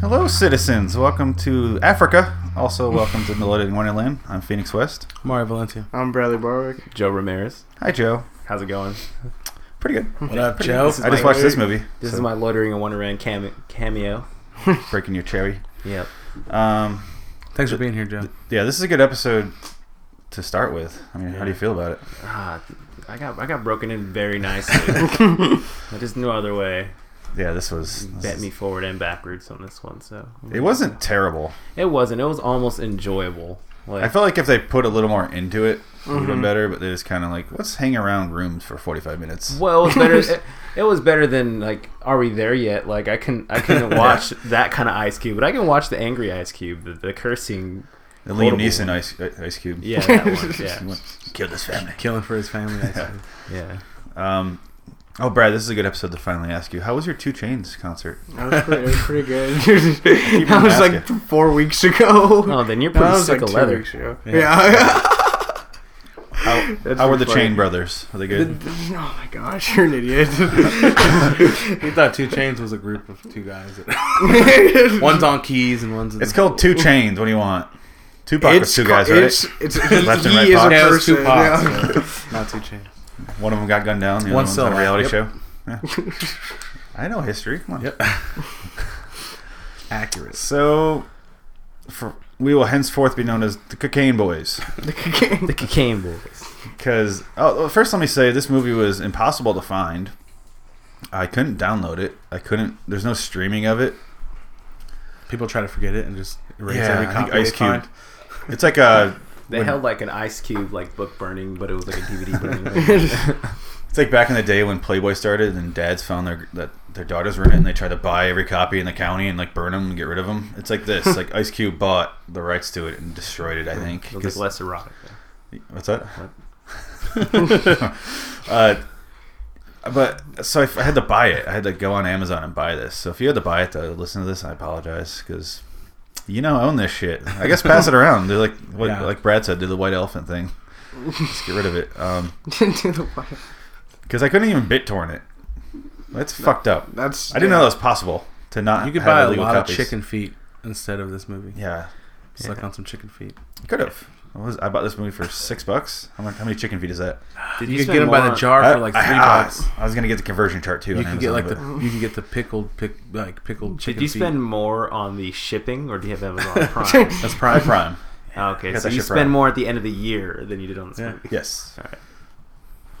Hello, citizens. Welcome to Africa. Also, welcome to Melodic Wonderland. I'm Phoenix West. Mario Valencia. I'm Bradley Barwick. Joe Ramirez. Hi, Joe. How's it going? Pretty good. What up, Joe? I just my watched this movie. This so is my loitering in Wonderland came- cameo. breaking your cherry. Yep. Um, Thanks for being here, Joe. yeah, this is a good episode to start with. I mean, how do you feel about it? Ah, I got I got broken in very nicely. There's no other way. Yeah, this was. This Bet is- me forward and backwards on this one. So It wasn't terrible. It wasn't. It was almost enjoyable. Like Mm-hmm. I felt like if they put a little more into it, it would have been Mhm. better. But they just kind of like, let's hang around rooms for 45 minutes. well, it was better. it, it was better than like Are We There Yet? Like I can I couldn't watch that kind of Ice Cube, but I can watch the angry Ice Cube, the, the cursing. The Liam Quotable. Neeson ice, uh, ice cube. Yeah, that one. Yeah, Killed his family. Killing for his family. I see. yeah. Um, oh, Brad, this is a good episode to finally ask you. How was your Two Chains concert? That was pretty, it was pretty good. that was like asking. four weeks ago. Oh, then you're No, pretty that was sick like of two leather. weeks ago. Yeah. Yeah. How, That's how were the funny. Chain Brothers? Are they good? Oh my gosh, you're an idiot. He thought Two Chains was a group of two guys. one's on keys and one's. It's called Two Chains. What do you want? Tupac was two co- guys, right? It's, it's, he Left and right is a pocket. Yeah, it was person. two pots, yeah. not Two Chains. One of them got gunned down. The other One's one's still on a reality alive. show. Yeah. I know history. Come on. Yep. Accurate. So, for, we will henceforth be known as the Cocaine Boys. The Cocaine Boys. Because oh, well, first, let me say this movie was impossible to find. I couldn't download it. I couldn't. There's no streaming of it. People try to forget it and just erase Yeah, every I think copy Ice they Cube. find. It's like a. They When- held like an Ice Cube like book burning, but it was like a DVD burning. It's like back in the day when Playboy started, and dads found their that their daughters were in it, and they tried to buy every copy in the county and like burn them and get rid of them. It's like this. like Ice Cube bought the rights to it and destroyed it. I think. it was 'Cause- like less erotic. What's that? uh, but so I, f- I had to buy it. I had to go on Amazon and buy this. So if you had to buy it to listen to this, I apologize because you know I own this shit. I guess pass it around. They're like what, Yeah. like Brad said, do the white elephant thing. Just get rid of it. Um, Into the white- because I couldn't even BitTorrent it. That's fucked up. That's I didn't know that was possible to not. You could have buy a uh, illegal lot copies. of chicken feet instead of this movie. Yeah, Suck Yeah. on some chicken feet. could have. What was I bought this movie for six bucks? How much? How many chicken feet is that? Did You, could get them by the jar I, for like I- three ah, bucks. I was gonna get the conversion chart too. You on could get Amazon, like but- the you could get the pickled pick like pickled chicken Did you feet. spend more on the shipping, or do you have Amazon Prime? That's Prime prime. Prime. Ah, okay, Got so that you shit spend right. more at the end of the year than you did on this Yeah. movie. Yes. Alright.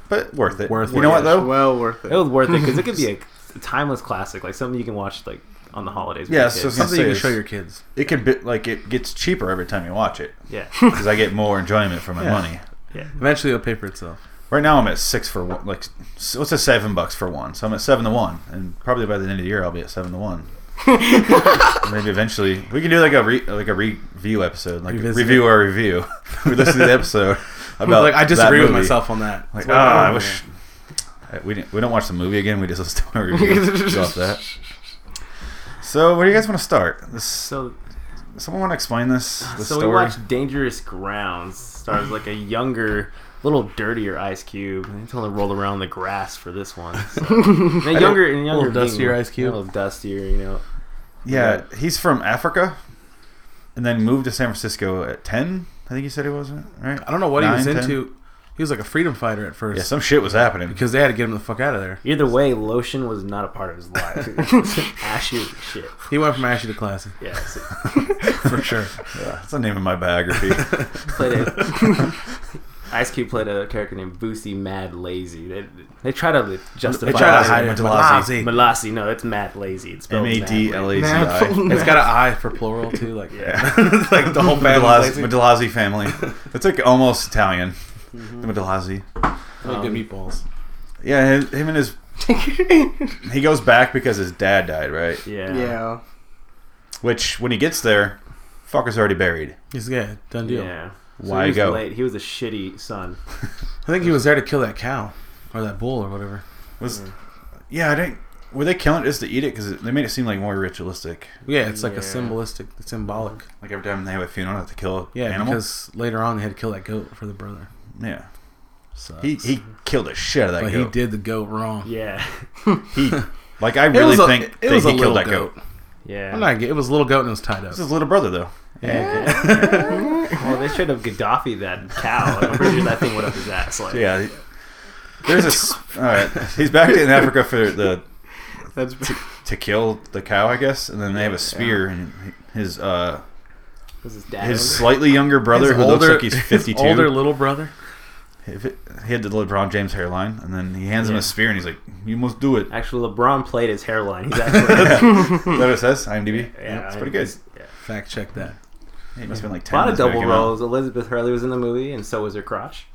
But worth it. Worth you it. know what It's though? well worth it. It was worth it because it could be a timeless classic, like something you can watch like on the holidays. with Yeah, your so kids. some- Something you can Say show is- your kids. It can be like it gets cheaper every time you watch it yeah, because I get more enjoyment for my Yeah. money. yeah. Eventually, it'll pay for itself. Right now I'm at six for one. Like s- what's a seven bucks for one? So I'm at seven to one, and probably by the end of the year I'll be at seven to one. And Maybe eventually we can do like a re, like a review episode, like Revisit review it. our review. we listen to the episode about like I that disagree with movie. myself on that. "Oh, Like That's why ah, I don't wish do I- we didn't, we don't watch the movie again. We just listen to our review off that. So where do you guys want to start? This So, Someone want to explain this? Ah, The so we story? watched Dangerous Grounds. Stars like a younger, little dirtier Ice Cube. And They told him to roll around the grass for this one. So. And younger and younger, little being- dustier Ice Cube. a little dustier. You know, yeah, he's from Africa, and then moved to San Francisco at ten. I think he said he was right. it. I don't know what he was Nine, into. He was like a freedom fighter at first Yeah, some shit was happening. because they had to get him the fuck out of there. Either way, lotion was not a part of his life. Ashy shit. He went from ashy to classy Yeah, so for sure. Yeah, that's the name of my biography. played a, Ice Cube played a character named Boosie Mad Lazy. They, they try to justify. They try Malazi, to hide it. Malazi. Malazi. Malazi, no, it's Mad Lazy. It's M spelled a Mad d l a z i. Mad- It's got an eye for plural too. Like Yeah. like the whole Madalaz- family. Madalazzi family. It's like almost Italian. The Madalazzi. Really Um, good meatballs. Yeah, him, him and his. he goes back because his dad died, right? Yeah. yeah. Which, when he gets there, fucker's already buried. He's yeah, done deal. Yeah. Why he was go? Late. He was a shitty son. I think he was there to kill that cow or that bull or whatever. Was yeah, I didn't. Were they killing it just to eat it? Because they made it seem like more ritualistic. Yeah, it's like Yeah. a symbolistic, it's symbolic. Like every time they have a funeral, they have to kill Yeah, yeah, animal. because later on they had to kill that goat for the brother. yeah, So he he killed the shit out of that but he goat. did the goat wrong. Yeah. He like I really was a- think it that was a he killed little that goat. Yeah. I'm not. gay. It was little goat and it was tied up. This is little brother though. well, they should have Gaddafi that cow. I'm pretty sure that thing went up his ass. Like, Yeah. he- There's a. s- All right. He's back in Africa for the That's to kill the cow, I guess, and then they have a spear and his uh was his dad. his His slightly younger brother His who looks older- like he's 52. His older little brother. If it- he had the LeBron James hairline, and then he hands him Yeah. a spear and he's like, "You must do it." Actually, LeBron played his hairline. He's actually. Is that what it says? IMDb. it's pretty good. Yeah. Fact check that. It must have been like A ten. lot of minutes when it double came out. roles. Elizabeth Hurley was in the movie, and so was her crotch.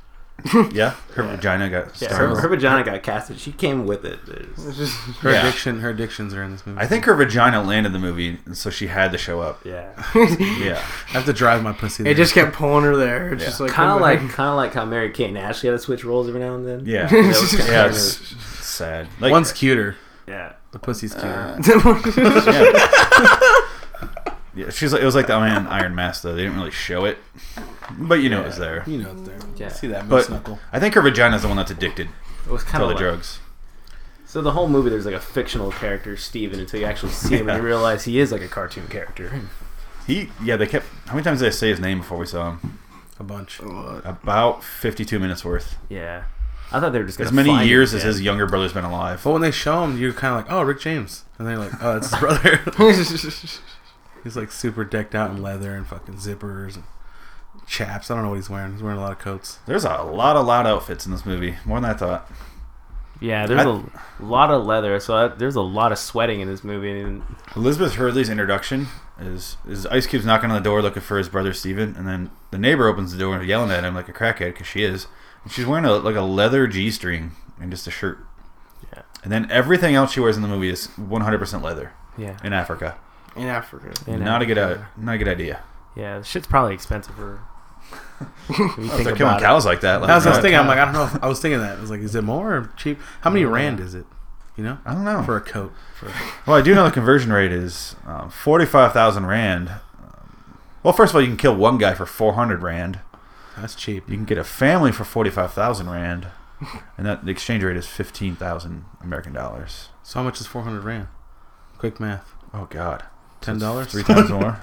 Yeah, her vagina got Yeah, star her, marks. her vagina got casted. She came with it. There's- it's just Her Yeah. addiction. Her addictions are in this movie. I think her vagina landed the movie, and so she had to show up. Yeah, Yeah, I have to drive my pussy. it just kept pulling her there. It's Yeah. just like kind of come like back. kind of like how Mary Kate and Ashley had to switch roles every now and then. yeah, That was kinda yeah. weird. It's it's sad. Like, Uh, one's cuter. yeah. The pussy's cuter. yeah. yeah, she's like it was like the Iron Iron Mask though. They didn't really show it, but you know it was there. you know it's there. Yeah. See that But- moose knuckle. I think her vagina's the one that's addicted It was to kind all of the like, drugs. So the whole movie, there's like a fictional character, Steven, until you actually see him and you realize he is like a cartoon character. He, yeah, they kept. How many times did I say his name before we saw him? A bunch. About fifty-two minutes worth. Yeah, I thought they were just gonna As many find years him as dead. his younger brother's been alive. But when they show him, you're kind of like, oh, Rick James, and they're like, oh, that's his brother. he's like super decked out in leather and fucking zippers and chaps. I don't know what he's wearing. He's wearing a lot of coats. There's a lot of loud outfits in this movie, more than I thought. Yeah, there's I- a lot of leather, so I, there's a lot of sweating in this movie. And Elizabeth Hurley's introduction is is Ice Cube's knocking on the door looking for his brother Steven, and then the neighbor opens the door and yelling at him like a crackhead because she is, and she's wearing a like a leather g string and just a shirt. Yeah. And then everything else she wears in the movie is 100% leather yeah, in Africa. in Africa. you know, not a good uh, not a good idea. Yeah, the shit's probably expensive for. When you If think they're killing about it. cows like that. Like, I was, I was uh, thinking, I'm like, I don't know. If, I was thinking that. I was like, is it more or cheap? How many rand is it? You know, I don't know. for a coat. For Well, I do know the conversion rate is um, 45,000 rand. Um, Well, first of all, you can kill one guy for 400 rand. that's cheap. You can get a family for 45,000 rand. And that the exchange rate is 15,000 American dollars. So how much is 400 rand? Quick math. Oh god. Ten dollars. Three times more.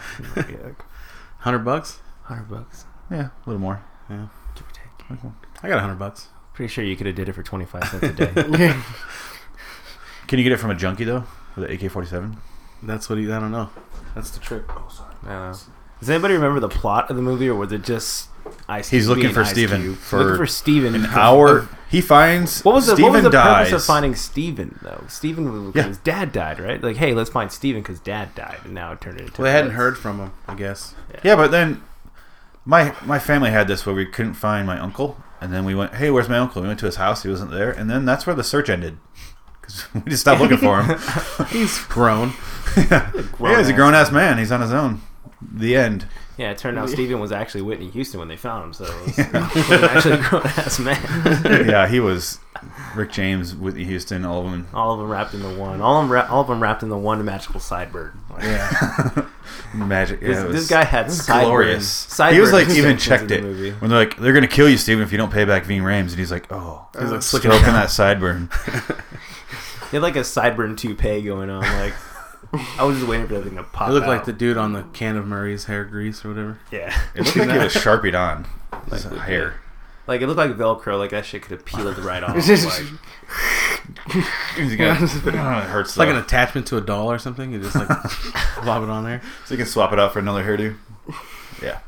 Hundred bucks. Hundred bucks. Yeah, a little more. Give or take. I got a hundred bucks. Pretty sure you could have did it for twenty five cents a day. Can you get it from a junkie though? With an AK-47? That's what he. I don't know. That's the trick. Oh, sorry. I don't know. Does anybody remember the plot of the movie, or was it just Ice? He's Cube looking being for Ice Steven Cube? for looking for Steven. An hour he finds What was the, Steven what was the dies. purpose of finding Steven though? Steven was Yeah. his dad died, right? Like, hey, let's find Steven because dad died, and now it turned into. Well, they hadn't this. heard from him. I guess. Yeah, but then my my family had this where we couldn't find my uncle, and then we went, "Hey, where's my uncle?" We went to his house; he wasn't there, and then that's where the search ended because we just stopped looking for him. He's grown. yeah, he's a grown ass man; he's on his own. The end. Yeah, it turned out Steven was actually Whitney Houston when they found him, so it was, he was actually a grown ass man. yeah, he was Rick James, Whitney Houston, all of them. all of them wrapped in the one. All of them, wra- all of them wrapped in the one magical sidebird. Like, Yeah. Magic. Yeah, this, it this was guy had sideburn, glorious. sideburn He was like even extensions in checked the it movie. when they're like, "They're gonna kill you, Steven, if you don't pay back Ving Rhames," and he's like, "Oh." He's Uh, Stroking like slicking it down. that sideburn. He had like a sideburn toupee going on. Like I was just waiting for that thing to pop. He looked like out. the dude on the can of Murray's hair grease or whatever. yeah, It looked like it was sharpied on. His Like, hair. like it looked like Velcro. Like that shit could have peeled right Oh off. It's just- like, He's got- it hurts. It's like though. an attachment to a doll or something. You just like lob it on there. So you can swap it out for another hairdo. Yeah.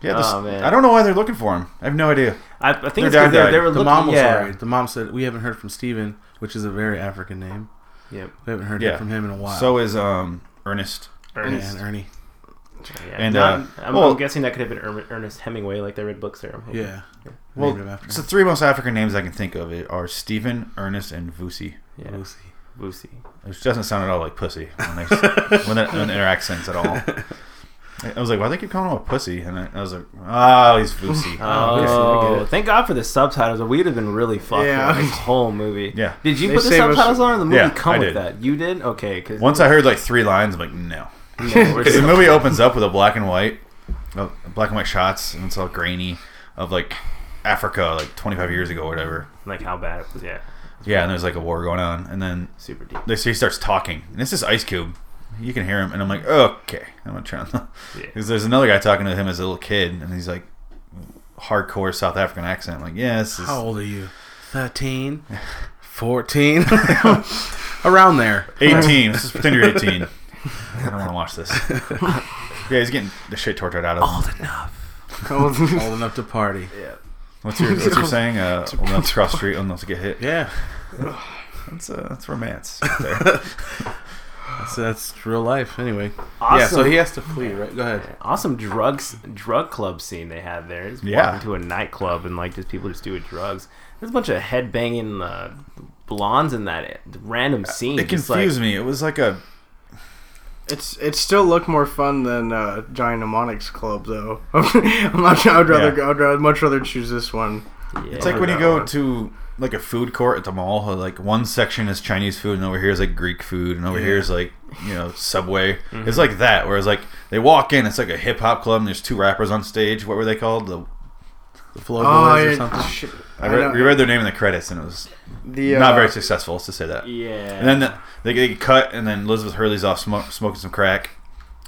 Yeah, this, Aw, Oh, man. I don't know why they're looking for him. I have no idea. I, I think Their it's dad 'cause they, died. they were The looking. mom was yeah. worried. The mom said, "We haven't heard from Steven, which is a very African name. Yep. We haven't heard Yeah. from him in a while." So is um Ernest. Ernest. and Ernie. Yeah, And, not- uh, I'm, well- I'm guessing that could have been Er- Ernest Hemingway, like they read books there. I'm hoping. Yeah. Well, Named him after it's the three most African names I can think of It are Stephen, Ernest, and Vusi. yeah. Lucy. Lucy. Which doesn't sound at all like pussy when, they, when, they, when they're accents at all. I- I was like, why do they keep calling him a pussy? And I, I was like, oh, he's Vusi. I get Oh, it. thank God for the subtitles. or We'd have been really fucked Yeah. yeah. this whole movie. Yeah. Did you They put the save us- subtitles on or the movie Yeah, come I with did. that? You did? Okay. Cause Once I heard like three lines, I'm like, no. Yeah, we're Because the so- movie opens up with a black and white, uh, black and white shots, and it's all grainy of like Africa, like 25 years ago, or whatever. like how bad it was. Yeah. Yeah, and there's like a war going on, and then Super deep. they, so he starts talking, and this is Ice Cube, You can hear him, and I'm like, okay, I'm gonna turn on the. Yeah. Because there's another guy talking to him as a little kid, and he's like, hardcore South African accent. I'm like, yeah, this is. How old are you? 13? 14? Around there. 18. Let's just pretend you're 18. I don't want to watch this. Yeah, he's getting the shit tortured out of him. Old enough to party. Yeah. What's your What's your saying? Uh, old enough to cross the street, old enough to get hit. Yeah. That's uh, that's romance. There. That's, that's real life, anyway. Awesome. Yeah, so he has to flee, right? Go ahead. Awesome drugs drug club scene they had there. Just Yeah. walking to a nightclub and like just people just doing drugs. There's a bunch of headbanging uh, blondes in that random scene. It just, confused me. It was like a It's it still looked more fun than uh, Giant Mnemonics Club though. I'm not. I'd rather Yeah. go. I'd rather, much rather choose this one. Like, yeah. It's like when you go to like a food court at the mall, how, like one section is Chinese food and over here is like Greek food and over here is like, you know, Subway. Mm-hmm. It's like that, whereas like they walk in, it's like a hip hop club and there's two rappers on stage. What were they called? The The Flow Oh, Boys or yeah, something. shit. I I read, know. we read their name in the credits and it was The, uh, not very successful, let's just say that. Yeah. And then the, they get- they get cut and then Elizabeth Hurley's off smoke, smoking some crack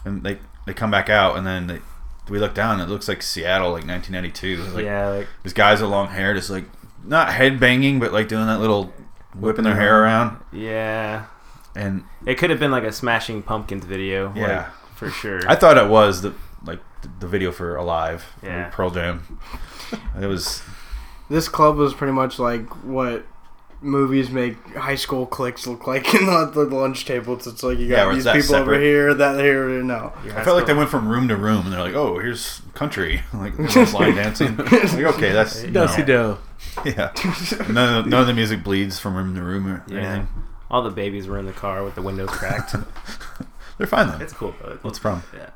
and they they come back out and then they, we look down and it looks like Seattle, like 1992. Like, yeah, like These guys with long hair just like not head banging, but like doing that little whipping their hair around. yeah. And It could have been like a Smashing Pumpkins video. Yeah. Like, for sure. I thought it was the like the video for Alive, or Yeah. Pearl Jam. It was This club was pretty much like what movies make high school cliques look like in the, the lunch tables. It's like you Yeah, got where these it's that people over separate. here, that here, no. Yeah, I that's felt like they cool. went from room to room and they're like, oh, here's country, like everyone's line dancing. Like okay, that's no. Dusty Do. yeah. None of, none of the music bleeds from room to room or Yeah. anything. all the babies were in the car with the windows cracked. They're fine though. it's cool though. It What's from looks- yeah.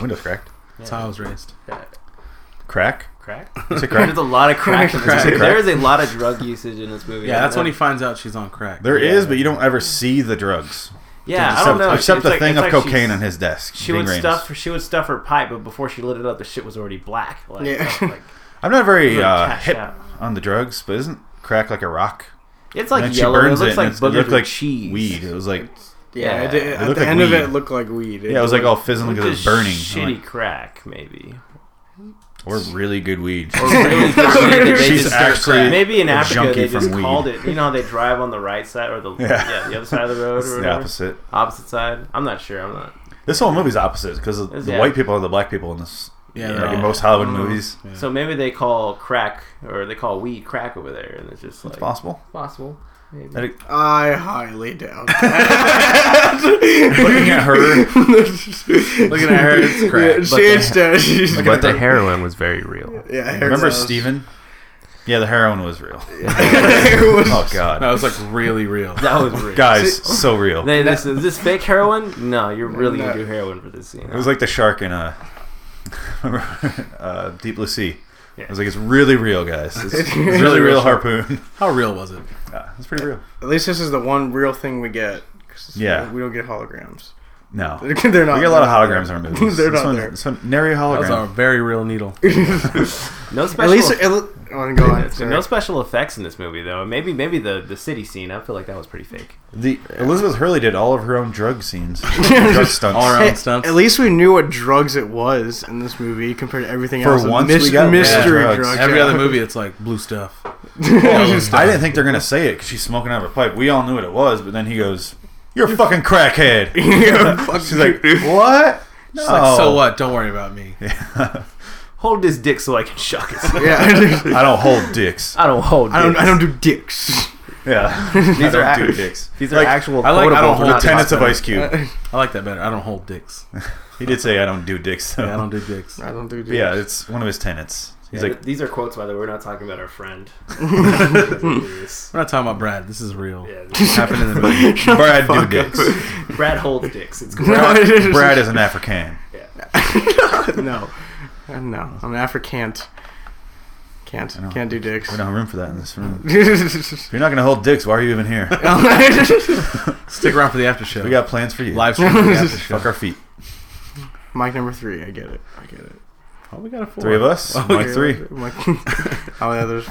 windows cracked? That's how I was raised. Yeah. Crack? Crack? It's a There's crack. a lot of crack. in this Crack. movie. There is a lot of drug usage in this movie. Yeah, that's when what he finds out she's on crack. There is, Yeah. but you don't ever see the drugs. Yeah, except, I don't know. Except It's the like- thing it's of like cocaine she's- on his desk. She Ving would Rhames. stuff. She would stuff her pipe, but before she lit it up, the shit was already black. Like, Yeah. oh, like, I'm not very really uh, cashed hip out. on the drugs, but isn't crack like a rock? And It's like then yellow. It looks and like it's- boogers looked with cheese. weed. It was like Yeah, Yeah. it, it, They at look the like end of weed. it, it looked like weed. yeah, it was like all fizzling Looked because it was like burning. I'm Shitty crack, maybe. Like, or really good weed. Really just- they just- She's actually maybe in a Africa junkie they just from weed. called it. You know how they drive on the right side or the Yeah. yeah, the other side of the road It's or the whatever? opposite. opposite side. I'm not sure. I'm not. This whole movie's opposite because It's- the yeah. Mm. white people are the black people in this. Yeah, like they're in all- most Hollywood movies, Yeah. So maybe they call crack or they call weed crack over there, and it's just like it's possible. possible. Maybe. That it- I highly doubt. Looking at her, Looking Looking at her, it's crack. she is dead. She's But the heroin was very real. yeah, hair remember grows. Steven? Yeah, the heroin was real. It was- Oh god, That was like really real. That was real. guys, so real. They, this is this fake heroin? No, you're really gonna No. do heroin for this scene. It was like the shark in uh, remember, uh, Deep Blue Sea. Yeah. I was like, it's really real, guys. It's, it's really real harpoon. How real was it? Yeah, it's pretty real. At least this is the one real thing we get. 'cause Yeah. we don't get holograms. No, They're not. We get a lot of holograms in our movies. They're this not one, there. This one, nary a That was a hologram. very real needle. no special. At least, it, it, oh, go on. So sorry. no special effects in this movie though. Maybe maybe the, the city scene. I feel like that was pretty fake. The Elizabeth Hurley did all of her own drug scenes, drug stunts. All around Hey, stunts. At least we knew what drugs it was in this movie compared to everything For else. A once, we got mystery bad drugs. drugs. Every yeah. other movie, it's like blue stuff. I didn't think they're gonna say it because she's smoking out of her pipe. We all knew what it was, but then he goes, "You're a fucking crackhead." She's like, "What?" No. It's like, so what? Don't worry about me. Hold this dick so I can shock it. Yeah, I don't hold dicks. I don't hold. I don't. dicks. I don't do dicks. Yeah, these are do act- dicks. These are Like, actual. I like- I don't quotables, hold not dicks. Tenants of Awesome. Ice Cube. I like that better. I don't hold dicks. He did say, "I don't do dicks." Though. Yeah, I don't do dicks. I don't do dicks. Yeah, it's one of his tenants. He's Yeah, like, th- these are quotes, by the way. We're not talking about our friend. We're not talking about Brad. This is real. Yeah, this- Happened in the movie. "Brad do dicks." Brad holds dicks. It's great. No, it is- Brad is an African. Yeah. no, Uh, no. I'm an Africant. Can't know. can't do dicks. We don't have room for that in this room. If you're not gonna hold dicks, why are you even here? Stick around for the after show. We got plans for you. live stream for the after show. Fuck our feet. Mike number three. I get it. I get it. Oh, we got a four. Three of us. Mike three. Mike. oh yeah, there's.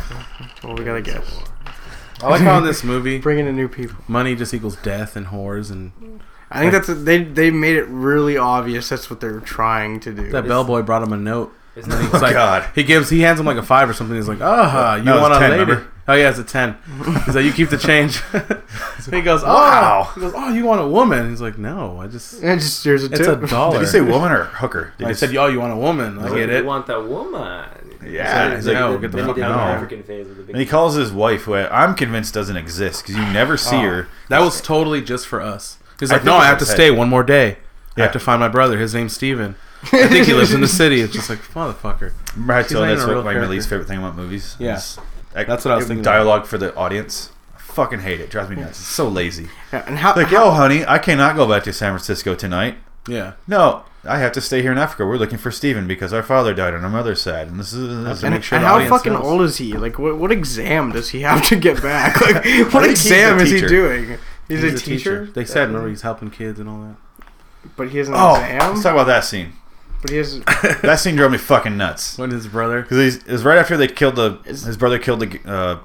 Well, we gotta guess. I like how in this movie, Bringing in new people. money just equals death and whores and I think that's they they made it really obvious. That's what they were trying to do. That bellboy brought him a note. Isn't that It's Oh, like, God. He gives, he hands him like a five or something. He's like, ah, you No, it's want a 10, lady? remember? Oh yeah, it's a ten. He's like, you keep the change. so he goes, oh. Wow. He goes, oh, you want a woman? He's like, no, I just And just here's a it's a tip. dollar. Did he say woman or hooker? Did I he said, s- "Yo, you want a woman? I Like, get it." You want that woman? Yeah, So he's they- like, they- "No, get the then he fuck did out." African phase of the big. And he calls his wife, who I- I'm convinced doesn't exist because Ah. you never see her. That was totally just for us. He's I like, think "No, I it's have to okay." stay one more day. I Yeah. have to find my brother. His name's Steven. I think he lives in the city." It's just like, "Motherfucker." Remember how I told not you even that's what, a real like my character. least favorite thing about movies. Yeah. Is- That's what I was thinking about. Dialogue for the audience. I fucking hate it. Drives me nuts. It's so lazy. Yeah, and how, Like, yo, honey, I cannot go back to San Francisco tonight. Yeah. No, I have to stay here in Africa. We're looking for Steven because our father died on our mother's side, and this is this is- to and, make sure and the how audience fucking knows. old is he? Like, what what exam does he have to get back? Like, what he's a exam is he teacher. doing? He's, a, teacher? They said, "Remember, he's helping kids and all that." but he has an Oh, exam. let's talk about that scene. But he has. That scene drove me fucking nuts When his brother, because it was right after they killed the Is- his brother killed the uh,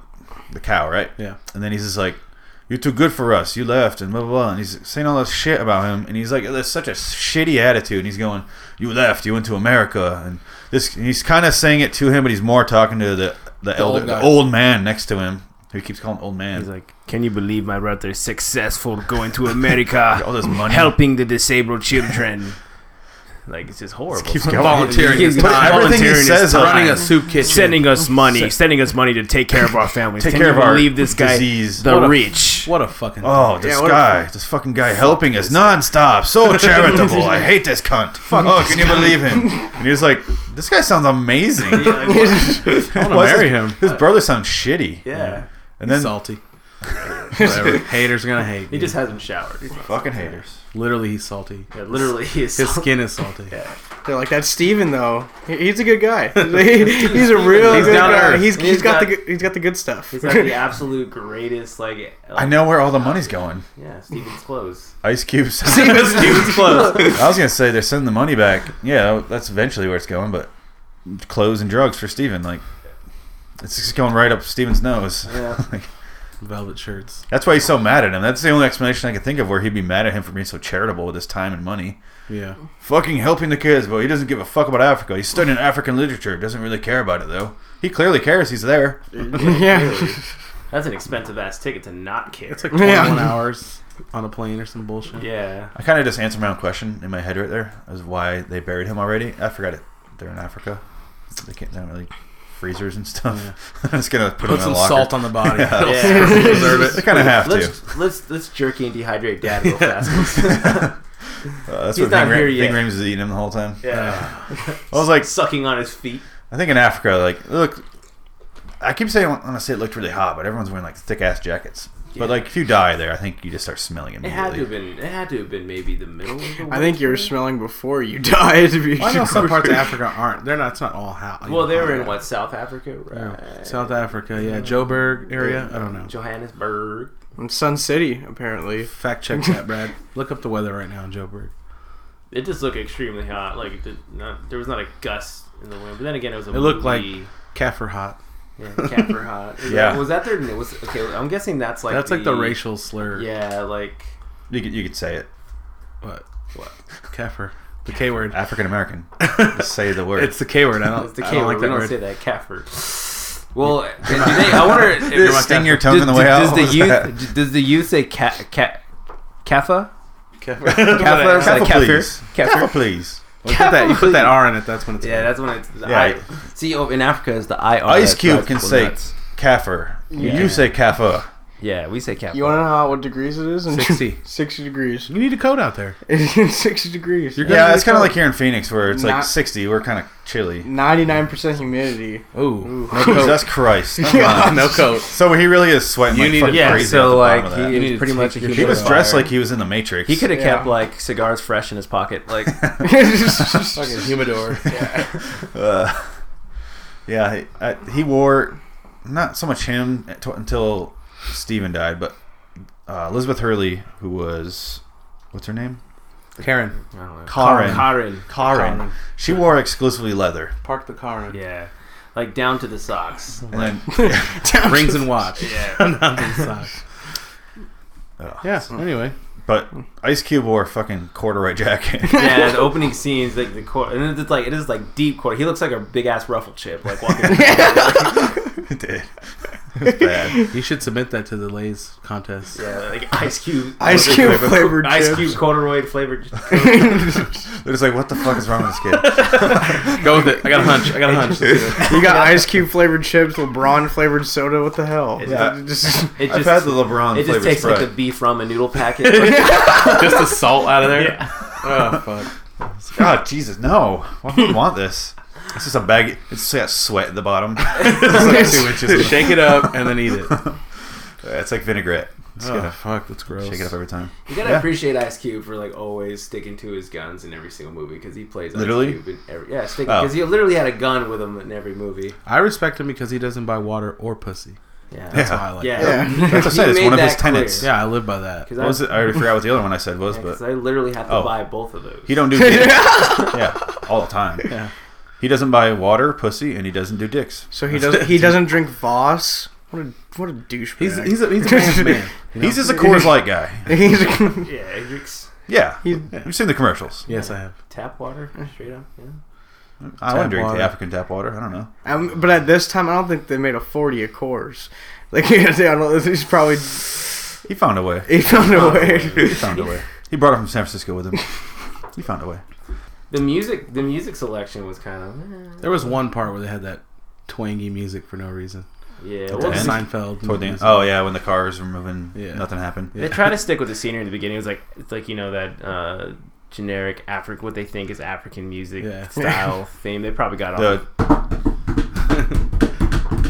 the cow, right? yeah, And then he's just like, "You're too good for us. You left," and blah blah blah. And he's saying all this shit about him, and he's like, "There's such a shitty attitude." And he's going, "You left. You went to America," and this. And he's kind of saying it to him, but he's more talking to the the, elder, old the guy. old man next to him, who he keeps calling old man. He's like, can you believe my brother is successful going to America, all this money. helping the disabled children? Like it's just horrible. keeps going. Volunteering He keeps his time. Everything volunteering he his says time. about running a soup kitchen, sending us money, sending us money to take care of our families. Take Can care you of our believe this guy, disease. the What a- rich. What a fucking. Oh, this what a guy, this fucking guy helping us nonstop, so charitable. I hate this cunt. Fuck oh, can you believe him? And he was like, "This guy sounds amazing." I want to Why is marry his, him. His brother sounds shitty. yeah. and then salty. Whatever. Haters are gonna hate. He just hasn't showered. fucking haters. literally he's salty. Yeah, literally, he is. His skin is salty. They're like that's Steven though. He- He's a good guy. He- he's a real He's good down to guy. earth. He's, And he's he's got, the got- good, he's got the good stuff. He's like the absolute greatest. Like I know where all the money's going. Yeah, Steven's clothes. Ice Cube. His skin's close. I was gonna say they're sending the money back. Yeah, that's eventually where it's going, but clothes and drugs for Steven, like it's just going right up Steven's nose. Yeah. Like, Velvet shirts. that's why he's so mad at him. That's the only explanation I can think of where he'd be mad at him for being so charitable with his time and money. Yeah. Fucking helping the kids, but he doesn't give a fuck about Africa. He's studying African literature, doesn't really care about it though. He clearly cares, he's there. yeah. That's an expensive ass ticket to not care. It's like Yeah. 21 hours on a plane or some bullshit. yeah. I kind of just answered my own question in my head right there as why they buried him already. I forgot it. They're in Africa. They can't they don't really freezers and stuff. I'm just gonna put, him Put in some a locker. salt on the body. Yeah. Yeah. Preserve it. They kind of have to. Let's let's let's jerky and dehydrate Dad real fast. Uh, that's He's what not Ving, Ra- here yet. Ving Rhames is eating him the whole time. yeah. I was like, Sucking on his feet. I think in Africa, like look, I keep saying I want to say it looked really hot, but everyone's wearing like thick ass jackets. Yeah. But like if you die there, I think you just start smelling It had immediately. to have been. It had to have been maybe the middle. Of the I think you were smelling before you died. If you Well, I know some parts of Africa aren't. They're not. It's not all hot. Well, they were in what South Africa, right? Yeah. South Africa, yeah, Joburg area. I don't know. Johannesburg. In Sun City, apparently. Fact check that, Brad. Look up the weather right now in Joburg. It just looked extremely hot. Like it did not, there was not a gust in the wind. But then again, it was a It looked windy- Kaffir hot. yeah, camper hot. Is Yeah. That, was that their? Was okay. I'm guessing that's like That's like the racial slur. Yeah, like You could, you could say it. What? What? Kaffir. The K word. African American. say the word. It's the K word. I don't. it's the I K don't word. like we that don't word. say that Kaffir. Well, do they, I wonder. If, Did it sting your tongue on the way out? Does What the was youth? that? d- Does the youth say ca- ca- kaffa? Kaffir. Kaffir. Careful, Like Kaffir. please. Kaffir. Careful, please. You put that. You put that R in it. That's when it's. Yeah, that's when it's the Yeah. I, see. Oh, in Africa, is the IR. Ice that Cube drives can people say nuts. kaffir. Yeah. You say kaffa. Yeah, we say kaffa. You want to know how, what degrees it is? 60. 60 degrees. You need a code out there. 60 degrees. You're Yeah, gonna it's be kind of cold. like here in Phoenix where it's like Not- 60. We're kind of chilly. 99% humidity. Ooh. Ooh. No coat. Jesus Christ. Yeah. no coat. So he really is sweating You like need- fucking yeah, crazy. at so the like bottom of that. he You is need pretty to much a E take your He He was was dressed fired. like he was in the Matrix. He could have Yeah. kept like cigars fresh in his pocket. Like Fucking humidor. Uh, yeah, he, I, he wore not so much him t- until Steven died, but uh, Elizabeth Hurley, who was what's her name? Karen, I don't know. Karen. Karen. Karen. She wore exclusively leather, park the car in. Yeah, like down to the socks. and then Rings and watch. Yeah. Not the socks. Ugh. Yeah. Anyway, But Ice Cube wore a fucking corduroy jacket. yeah, the opening scenes, like the core, and it's like it is like deep core. He looks like a big ass ruffle chip, like walking. it did. It was bad. you should submit that to the Lay's contest. yeah, like Ice Cube. Ice Cube flavored Ice chips. Cube corduroy flavored. They're just like, what the fuck is wrong with this kid? Go with it. I got a hunch. I got a hunch. You got ice cube flavored chips, LeBron flavored soda. What the hell? Yeah. It just- It I've just, had the LeBron it flavored just takes like Sprite. the beef rum and noodle packet. Just the salt out of there. yeah. Oh fuck. God, Jesus, no! Why would you want this? It's just a bag. It's just got sweat at the bottom. Uh, It's like two inches. Shake it up and then eat it. Oh It's like vinaigrette. Just gotta fuck, that's gross. shake it up every time. You gotta Yeah. appreciate Ice Cube for like always sticking to his guns in every single movie because he plays Literally? Ice Cube in every yeah Oh. because he literally had a gun with him in every movie. I respect him because he doesn't buy water or pussy. Yeah. That's Yeah. why I like. Yeah. Him. Yeah. He- That's what I said, he it's made one of his that clear. tenets. Yeah, I live by that. 'Cause What was I- it? I already forgot what the other one I said was, yeah, but 'cause I literally have to Oh. buy both of those. he don't do dick. yeah, all the time. Yeah. He doesn't buy water, pussy, and he doesn't do dicks. so he doesn't he doesn't drink Voss. What a what a douchebag. He's he's a he's a man's man. you know? He's just a Coors Light guy. He's a- yeah, he drinks Yeah, He's- we've seen the commercials. yes, I have. tap water straight up. Yeah. I wouldn't drink water. the African tap water. I don't know. um, but at this time, I don't think they made a forty of course. Like I don't, he's probably He found a way. he found a way. He found a way. He brought it from San Francisco with him. He found a way. The music, the music selection was kind of eh. There was one part where they had that twangy music for no reason. yeah. It Like the was, end? Seinfeld. Toward the end. music. Oh yeah, when the cars were moving, Yeah. nothing happened. They try to stick with the scenery in the beginning. It was like it's like you know that uh, generic Afric what they think is African music Yeah. style theme. They probably got all The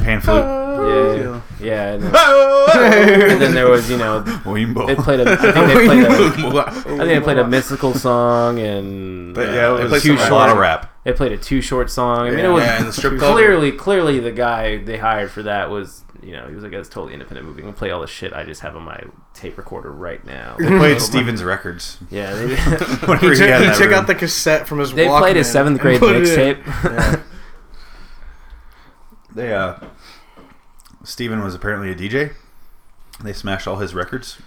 pan flute. Oh, yeah yeah. And then, and then Boimbo. there was you know they played a I think they played a, I think they played a mystical song and But yeah, uh, it they was played too some short. a lot of rap. rap. They played a too short song. I mean, it Yeah, was yeah, in the strip club. clearly, clearly the guy they hired for that was, you know, he was like, "That's a totally independent movie. I'm gonna play all the shit I just have on my tape recorder right now." They played Stevens records. Yeah, they, Whenever He took, had he that took room. out the cassette from his. they played his Walkman seventh and grade put it in. mixtape. They uh, Steven was apparently a DJ. They smashed all his records,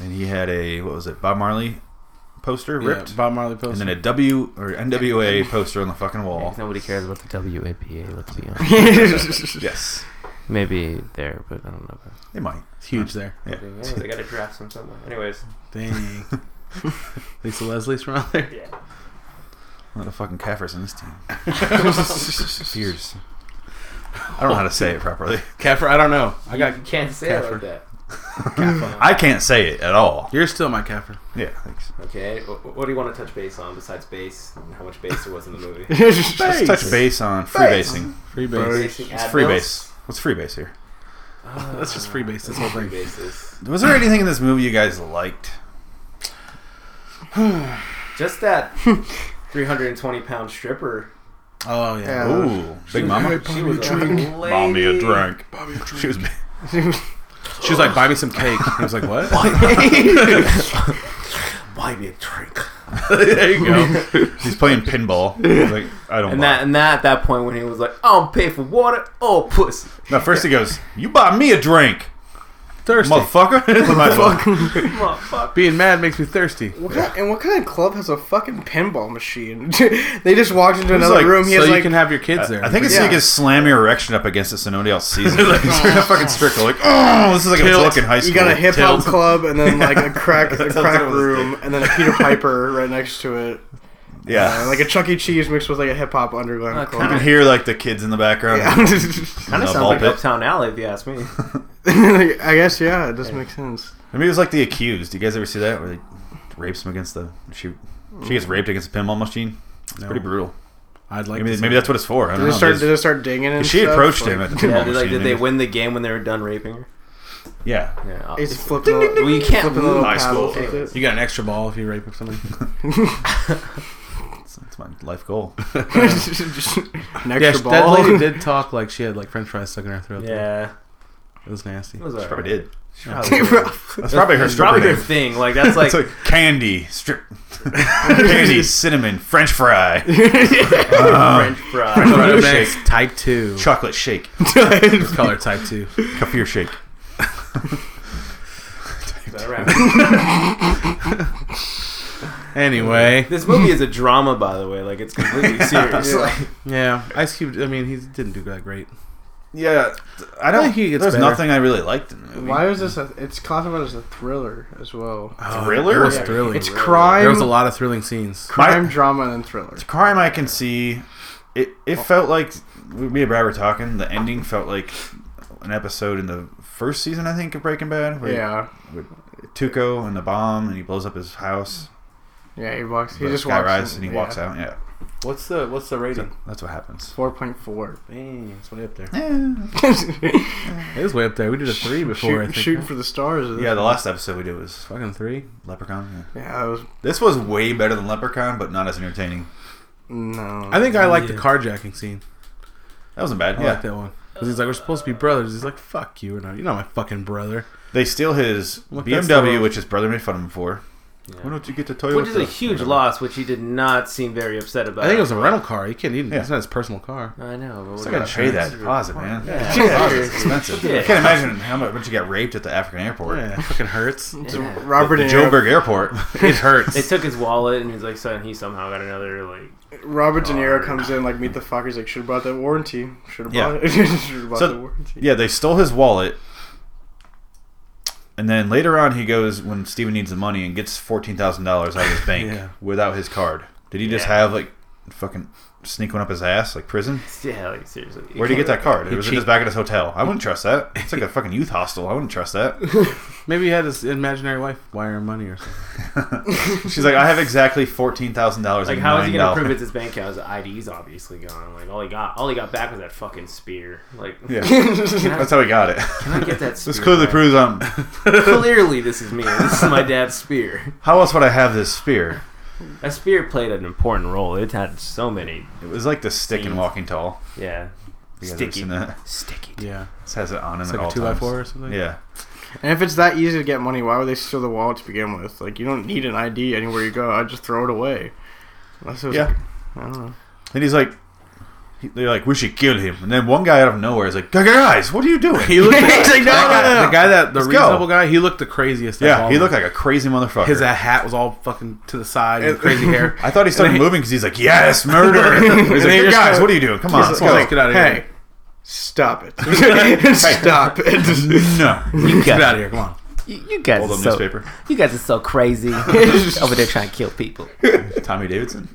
and he had a what was it, Bob Marley poster ripped, Yeah, Bob Marley and post. then a W or NWA poster on the fucking wall. Nobody cares about the WAPA. Let's be honest. Yes, Maybe there, but I don't know. they might. It's huge there. Yeah. they got to draft some somewhere. Anyways, Dang. Lisa Leslie's from out there. yeah. What the fucking Kafirs on this team? Fears. I don't know how to say it properly. Kefir, I don't know. I got. you can't say it Kaffir. like that. I can't say it at all. You're still my Kefir. Yeah, thanks. Okay, wh- what do you want to touch base on besides bass and how much bass there was in the movie? Let's touch base on freebasing. Freebase. It's freebase. What's freebase here? Ah. That's just freebase. This whole thing. bases. Was there anything in this movie you guys liked? Just that 320 pound stripper. Oh yeah. Yeah. Ooh, Big Mama. She was a lady. Buy me a drink. She was. She was like, "Buy me some cake." I was like, "What?" Buy me a drink. there you go. He's playing pinball. He's like, I don't. And buy. that and that at that point when he was like, I don't pay for water or pussy. no, first he goes, "You buy me a drink, Thirsty. motherfucker." Might as well. Motherfucker. Being mad makes me thirsty. What kind, and what kind of club has a fucking pinball machine? they just walked into another like- room. He so has you like can have your kids there. I think it's Yeah. so you can slam your erection up against it so nobody else sees it. Like, it's like a fucking strict. Like, oh, this is like Tilt. a fucking high school. you got a hip hop tilt. club and then like a crack a Tilt crack on the room and then a Peter Piper right next to it. Yeah, Uh, like a Chuck E. Cheese mixed with like a hip hop underground Uh, you club. can hear like the kids in the background. Yeah. Kind The of sounds ball like pit. Uptown Alley, if you ask me. I guess yeah, it does make sense. Maybe it was like the accused. You guys ever see that where they rapes him against the she she gets raped against a pinball machine? It's No. pretty brutal. I'd like. Maybe to maybe see that's what it's for. I Did don't they know. start? Did There's- it start dinging? And she stuff? approached Like, him at the pinball Yeah, machine. they're like, did they maybe. win the game when they were done raping her? Yeah. Yeah. He's obviously. flipping. a little- Well, you can't flipping a little High paddle school. with it. it. You got an extra ball if you rape somebody. It's, it's my life goal. Just an yeah, extra that ball. lady did talk like she had like French fries stuck in her throat. Yeah. It was nasty. It was She alright. probably did. Probably Bro. did. That's probably her It's stripper probably her name. thing. Like that's like, It's like candy, strip, candy, cinnamon, French fry, French fries. uh, French fry Shake. shake, Type two. chocolate shake, Color type two. kaffir shake. Is that wrap. Anyway, this movie is a drama, by the way. Like it's completely serious. Yeah. Like, yeah, Ice Cube. I mean, he didn't do that great. Yeah, I I don't. think he gets there's better. nothing I really liked in the movie. Why is this? A, it's classified as a thriller as well. Thriller? Oh, It was Yeah. thrilling. It's Thriller. crime, there was a lot of thrilling scenes. crime, My- drama, and thriller. It's a crime I can see. It it felt like me and Brad were talking. The ending felt like an episode in the first season, I think, of Breaking Bad. Where Yeah, Tuco and the bomb, and he blows up his house. yeah. He walks. He the just guy walks. rides in- and he yeah. walks out. Yeah, What's the What's the rating? that's what happens. Four point four. Bang, it's way up there. Yeah, It is way up there. We did a three before. I Shoot, think. shooting for the stars. yeah. The last episode we did was fucking three. Leprechaun. Yeah. Yeah, it was This was way better than Leprechaun, but not as entertaining. no. I think I like the Yeah. carjacking scene. That wasn't bad. I yeah, like that one because he's like, "We're supposed to be brothers." He's like, "Fuck you, and I, you're not my fucking brother." they steal his Look, that's the BMW, one. which his brother made fun of him for. Why yeah. don't you get the Toyota? Which is a huge loss, which he did not seem very upset about. I think it was a rental car. He can't. He, Yeah. It's not his personal car. I know. But I what gotta about trade that parents? deposit, man. Yeah. Deposit's expensive. Yeah. I can't imagine how much much you got raped at the African airport. Yeah, it fucking hurts. It's Yeah. The, Robert the De Niro, Joburg airport. It hurts. They took his wallet and he's like, son, he somehow got another like. Robert Oh, De Niro comes in like meet the fuckers like should have bought that warranty should have Yeah. bought it should have bought So- the warranty yeah, they stole his wallet. And then later on, he goes when Steven needs the money and gets fourteen thousand dollars out of his bank Yeah. without his card. Did he just Yeah. have like fucking sneak one up his ass like prison? Yeah, like seriously. Where would he get that card? It He was in cheat- his back at his hotel. I wouldn't trust that. It's like a fucking youth hostel. I wouldn't trust that. Maybe he had his imaginary wife wire him money or something. She's like, I have exactly fourteen thousand dollars. Like, how is he gonna prove it's his bank account? His ID's obviously gone. Like, all he got, all he got back was that fucking spear. Like, Yeah, that's how he got it. can I get that spear? This clearly back? proves I'm. Clearly, this is me. This is my dad's spear. How else would I have this spear? That spear played an important role. It had so many. It was like the stick in Beans. Walking Tall. Yeah. You guys ever Sticky. seen that? Sticky. Yeah, This has it on him it's at like all a two by times. four or something. Yeah, and if it's that easy to get money why would they steal the wallet to begin with like you don't need an ID anywhere you go I just throw it away unless it was Yeah. I don't know and he's like, he, they're like, we should kill him. And then one guy out of nowhere is like, guys, what are you doing? He looked He's that like, "No, guy- no, no, no." The guy that the Let's go. reasonable guy, he looked the craziest. of yeah, all he of looked them. like a crazy motherfucker. his uh, hat was all fucking to the side, and crazy hair. I thought he started And he- moving because he's like, yes, murder. he's And he like, just guys, goes- what are you doing? Come on, He's let's like, go. "Let's get out of hey here. stop it stop it No, You Get out of here. Come on. You, you guys hold are up, so newspaper. you guys are so crazy over there trying to kill people. Tommy Davidson.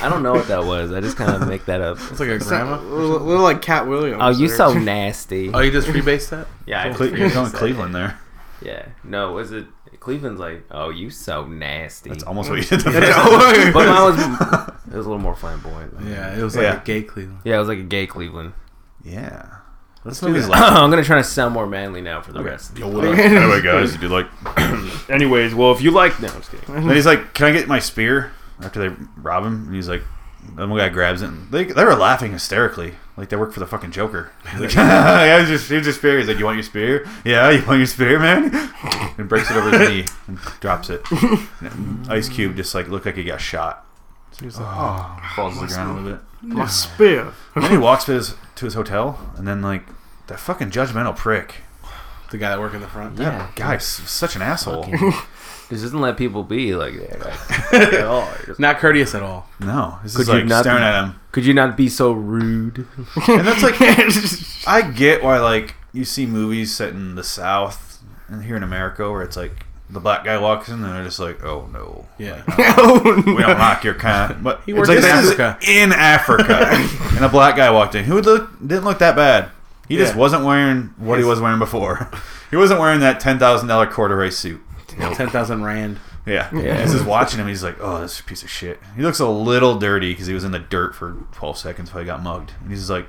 I don't know what that was. I just kind of make that up. It's like a It's grandma. not- little, little like Cat Williams Oh, you there. so nasty. Oh, you just rebased that? Yeah, I Cle- forget you're what going he said. Cleveland there. Yeah. No, was it Cleveland's like, oh, you so nasty. That's almost what you did. The That's first all- time. but mine was it was a little more flamboyant. Yeah, it was like Yeah. a gay Cleveland. Yeah, it was like a gay Cleveland. Yeah. This do movie's that. like. I'm gonna try to sound more manly now for the rest. Yo, what up? anyway, guys, if you like. Anyways, well, if you like, no, I'm just kidding. And he's like, "Can I get my spear?" After they rob him, and he's like, "Then one guy grabs it." And they they were laughing hysterically, like they work for the fucking Joker. Like, yeah, here's your, here's your spear. He's like, "You want your spear? Yeah, you want your spear, man?" And breaks it over his knee and drops it. And Ice Cube just like looked like he got shot. She was like, oh. Falls to the ground a little bit. my spear And then he walks to his to his hotel, and then like that fucking judgmental prick. The guy that worked in the front. That guy's such an asshole. This doesn't let people be like that. Like, at all. Just- Not courteous at all. No, he's Could just you like not- staring at him, Could you not be so rude? and that's like I get why like you see movies set in the South and here in America where it's like the black guy walks in and they're just like, oh no, Yeah. oh, no. we don't like your kind. But he works in Africa. in Africa, and a black guy walked in who look, didn't look that bad. He just Yeah. wasn't wearing what he was wearing before. He wasn't wearing that ten thousand dollar corduroy suit. 10,000 Rand. Yeah, Yeah. This is watching him. He's like, "Oh, this piece of shit." He looks a little dirty because he was in the dirt for 12 seconds before he got mugged. And he's just like,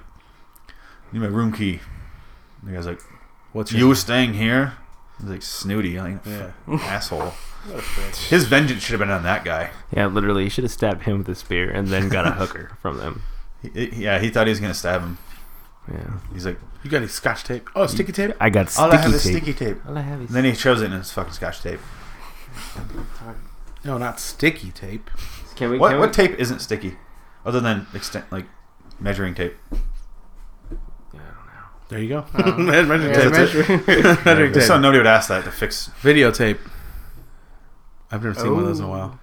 "Need my room key." And the guy's like, What's you were staying here? He's like snooty, like Yeah. fucking asshole. His vengeance should have been on that guy. Yeah, literally, you should have stabbed him with a spear and then got a hooker from them. He, he- yeah, he thought he was gonna stab him. Yeah, He's like, You got any scotch tape? Oh, sticky tape? I got all sticky I have tape. is sticky tape. All I have is And then he shows it in his fucking scotch tape. No, not sticky tape. Can we? What can what we? tape isn't sticky, other than extent like measuring tape? Yeah, I don't know. There you go. Oh. Measure- measure Yeah, tape. measure- Measure Just so tape. nobody would ask that to fix. Videotape. I've never seen one of those in a Oh. while.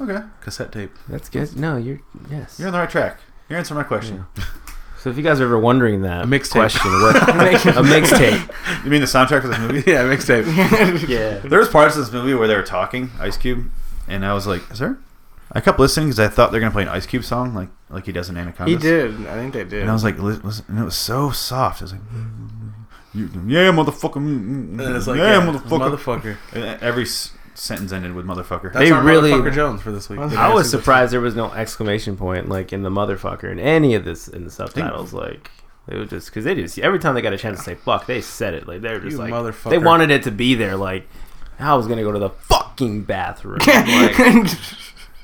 Okay, Cassette tape. That's good. No, you're yes. you're on the right track. You're answering my question. So if you guys are ever wondering that A mixtape. question, what, a mixtape? You mean the soundtrack for this movie? Yeah, mixtape. Yeah. There was parts of this movie where they were talking Ice Cube, and I was like, "Is there?" I kept listening because I thought they're gonna play an Ice Cube song, like like he does in Anaconda. he did. I think they did. and I was like, li- "Listen," and it was so soft. I was like, "You- "Yeah, motherfucker." mm, mm, And it's like, yeah, yeah, motherfucker. motherfucker. And e-, every s- sentence ended with "motherfucker." That's They our really- motherfucker Jones for this week. I I was surprised there was no exclamation point like in the motherfucker in any of this in the subtitles. Like they would just because they just every time they got a chance to say fuck, they said it. Like they were just You like motherfucker. they wanted it to be there. Like I was gonna go to the fucking bathroom. Like,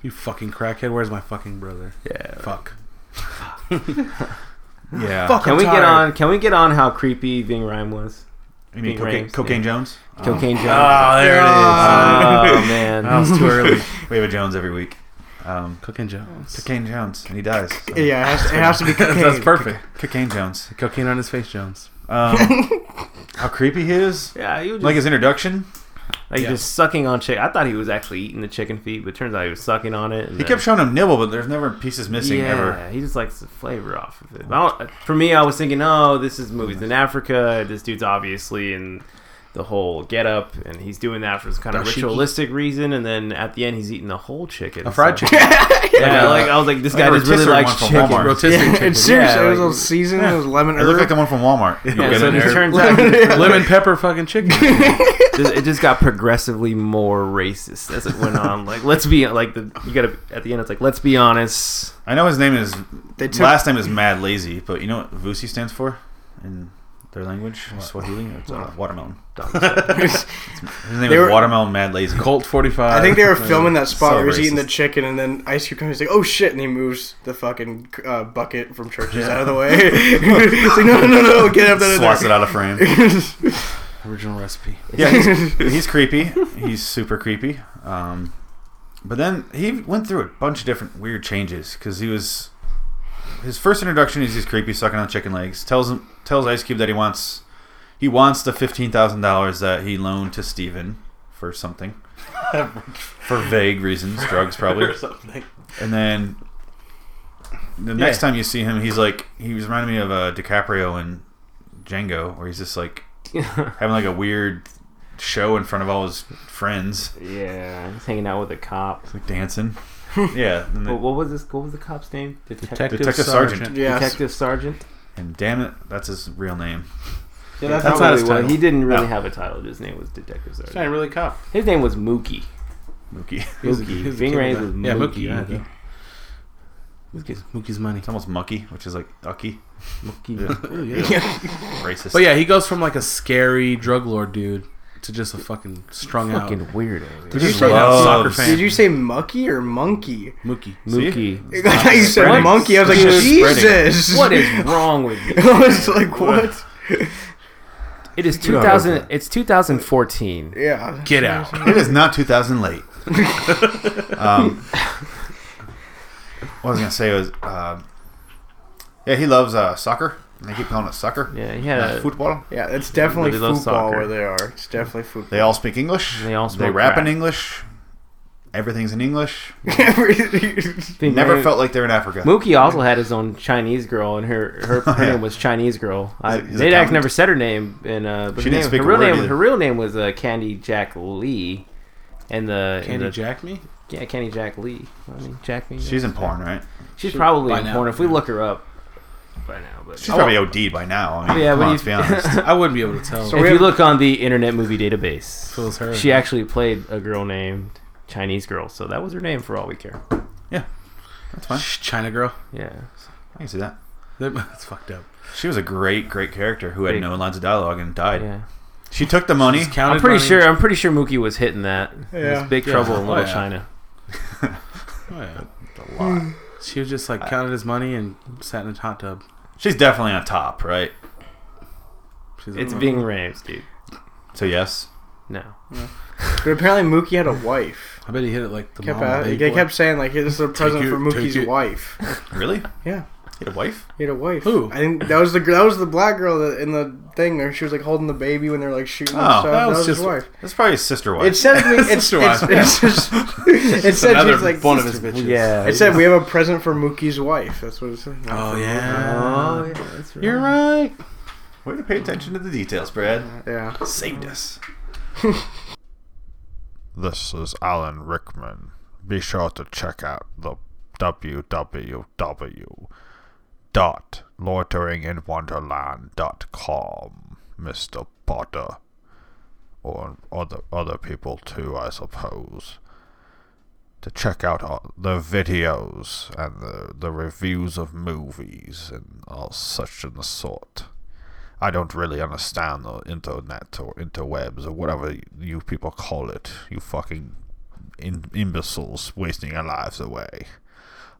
You fucking crackhead. Where's my fucking brother? yeah. Fuck. yeah. Fuck. Can I'm we get tired. on? Can we get on how creepy Ving Rhyme was? You mean Big cocaine, rings, cocaine yeah. Jones? Cocaine Jones. Oh, there it Uh, Oh, is. man. That was too early. We have a Jones every week. Um, Cocaine Jones. cocaine Jones, and he dies. So. yeah, it has, it has to be cocaine. That's perfect. Cocaine Jones. Cocaine on his face, Jones. Um, how creepy he is. yeah, he was just, Like like, his introduction, Yeah. just sucking on chick. I thought he was actually eating the chicken feet, but turns out he was sucking on it. And he kept showing him nibble, but there's never pieces missing yeah, ever. he just likes the flavor off of it. I don't, for me, I was thinking, oh, this is movies in Africa. This dude's obviously in the whole get up, and he's doing that for some kind of Dashiki. ritualistic reason. And then at the end, he's eating the whole chicken. A fried So- chicken. Yeah, like I was like, this Like guy a just really rotisserie likes one chicken. from Walmart. Rotisserie chicken. it's serious. Yeah, it was like- all seasoned. It was lemon It looked like herb. the one from Walmart. You Yeah, get so in it just there. turns out Lemon pepper fucking chicken. just- it just got progressively more racist as it went on. Like, let's be like the you gotta at the end. It's like let's be honest. I know his name is They took- last name is Mad Lazy, but you know what Vusi stands for in their language, Swahili? It's uh, watermelon. Dog shit. His name They is were- Watermelon Mad Lazy. Colt Uh, 45. I think they were filming that spot So where he's eating the racist. chicken, and then Ice Cube comes. He's like, "Oh shit!" and he moves the fucking uh, bucket from churches out of the way. it's like, "No, no, no, no! Get out of Swats it there!" out of frame. Original recipe. Yeah, he's, he's creepy. He's super creepy. Um, but then he went through a bunch of different weird changes because he was his first introduction is he's creepy, sucking on chicken legs. tells him tells Ice Cube that he wants he wants the fifteen thousand dollars that he loaned to Steven for something for vague reasons, drugs probably. Or something. And then the next time you see him, he's like he was reminding me of uh, DiCaprio in Django, where he's just like having like a weird show in front of all his friends, yeah, he's hanging out with a cop. like dancing. yeah, and, What, the, what was this? What was the cop's name? Detec- Detective, Detective Sergeant. Sergeant. Yes. Detective Sergeant. and damn it, that's his real name. Yeah, that's That's probably not his what- title. He didn't really No. have a title. His name was Detective He's not Sergeant. really a cop. His name was Mookie. Mookie. He's a- Mookie. he's a Ving kid Rhames with was that. Mookie. Yeah, Mookie. yeah, yeah. Mookie's- Mookie's money. It's almost Mucky, which is like Ucky. Mookie. Ooh, Oh, yeah. Racist. But yeah, he goes from like a scary drug lord dude to just a fucking strung Fucking out weirdo. He Did you just say that loves- soccer fan? Did you say monkey or monkey? Mookie. Mookie. I thought you said spreading. monkey. I was like, It's just Jesus. What is wrong with you? I was like, what? It is 2000. It's 2014. Yeah. Get out. It is not 2000 late. um, what I was gonna say was, um yeah, he loves uh, soccer. And they keep calling it soccer. Yeah, he had Uh, a football. Yeah, it's definitely Really love football soccer. where they are. It's definitely football. They all speak English. They all they smoke rap crack. in English. Everything's in English. thing. Never Right? felt like they're in Africa. Mookie also had his own Chinese girl, and her her, her Oh, Yeah. name was Chinese girl. I, Is it- is it they common? actually never said her name, and uh, but She her, didn't name, speak her a real word name either. her real name was uh, Candy Jack Lee, and the and Candy the- jack me? yeah Candy Jack Lee. I mean Jack me. She's in porn, right? she's she- probably by in now. porn. If we look her up by now, but She's probably OD'd by now. I mean, Yeah, come but on, you- let's be honest. I wouldn't be able to tell. So if we you have- look on the Internet Movie Database, If it was her. she actually played a girl named Chinese girl, so that was her name for all we care. That's fine. Shh, China girl. Yeah. I can see that. That- That's fucked up. She was a great, great character who had Big. no lines of dialogue and died. Yeah. She took the money. Just counted I'm pretty money. sure. I'm pretty sure Mookie was hitting that. It Yeah. was big Yeah. trouble Oh, in Little yeah. China. Oh, yeah. A lot. She was just like counted his money and sat in a hot tub. She's definitely on top, right? She's It's like, Ving Rhames, dude. So yes. No. But apparently Mookie had a wife. I bet he hit it like the Kept mom. out, baby they boy. kept saying like, "Hey, "This is a present it, for take Mookie's it. wife." Really? Yeah, He had a wife. He had a wife. Who? I think that was the gr- that was the black girl that in the thing there. She was like holding the baby when they're like shooting. and Oh, stuff. that that was was his just- wife. That's probably his sister wife. It said we- it's, Sister it's, wife. it's just, it said Another she's like one of his bitches. Yeah. It said we have a present for Mookie's wife. That's what it said. Oh Oh, yeah. yeah, that's right. You're right. Way to pay attention to the details, Brad. Yeah. Saved us. This is Alan Rickman. Be sure to check out the www.loiteringinwonderland.com, Mr. Potter. Or other, other people too, I suppose. To check out all the videos and the, the reviews of movies and all such and the sort. I don't really understand the internet or interwebs or whatever you people call it. You fucking im- imbeciles wasting your lives away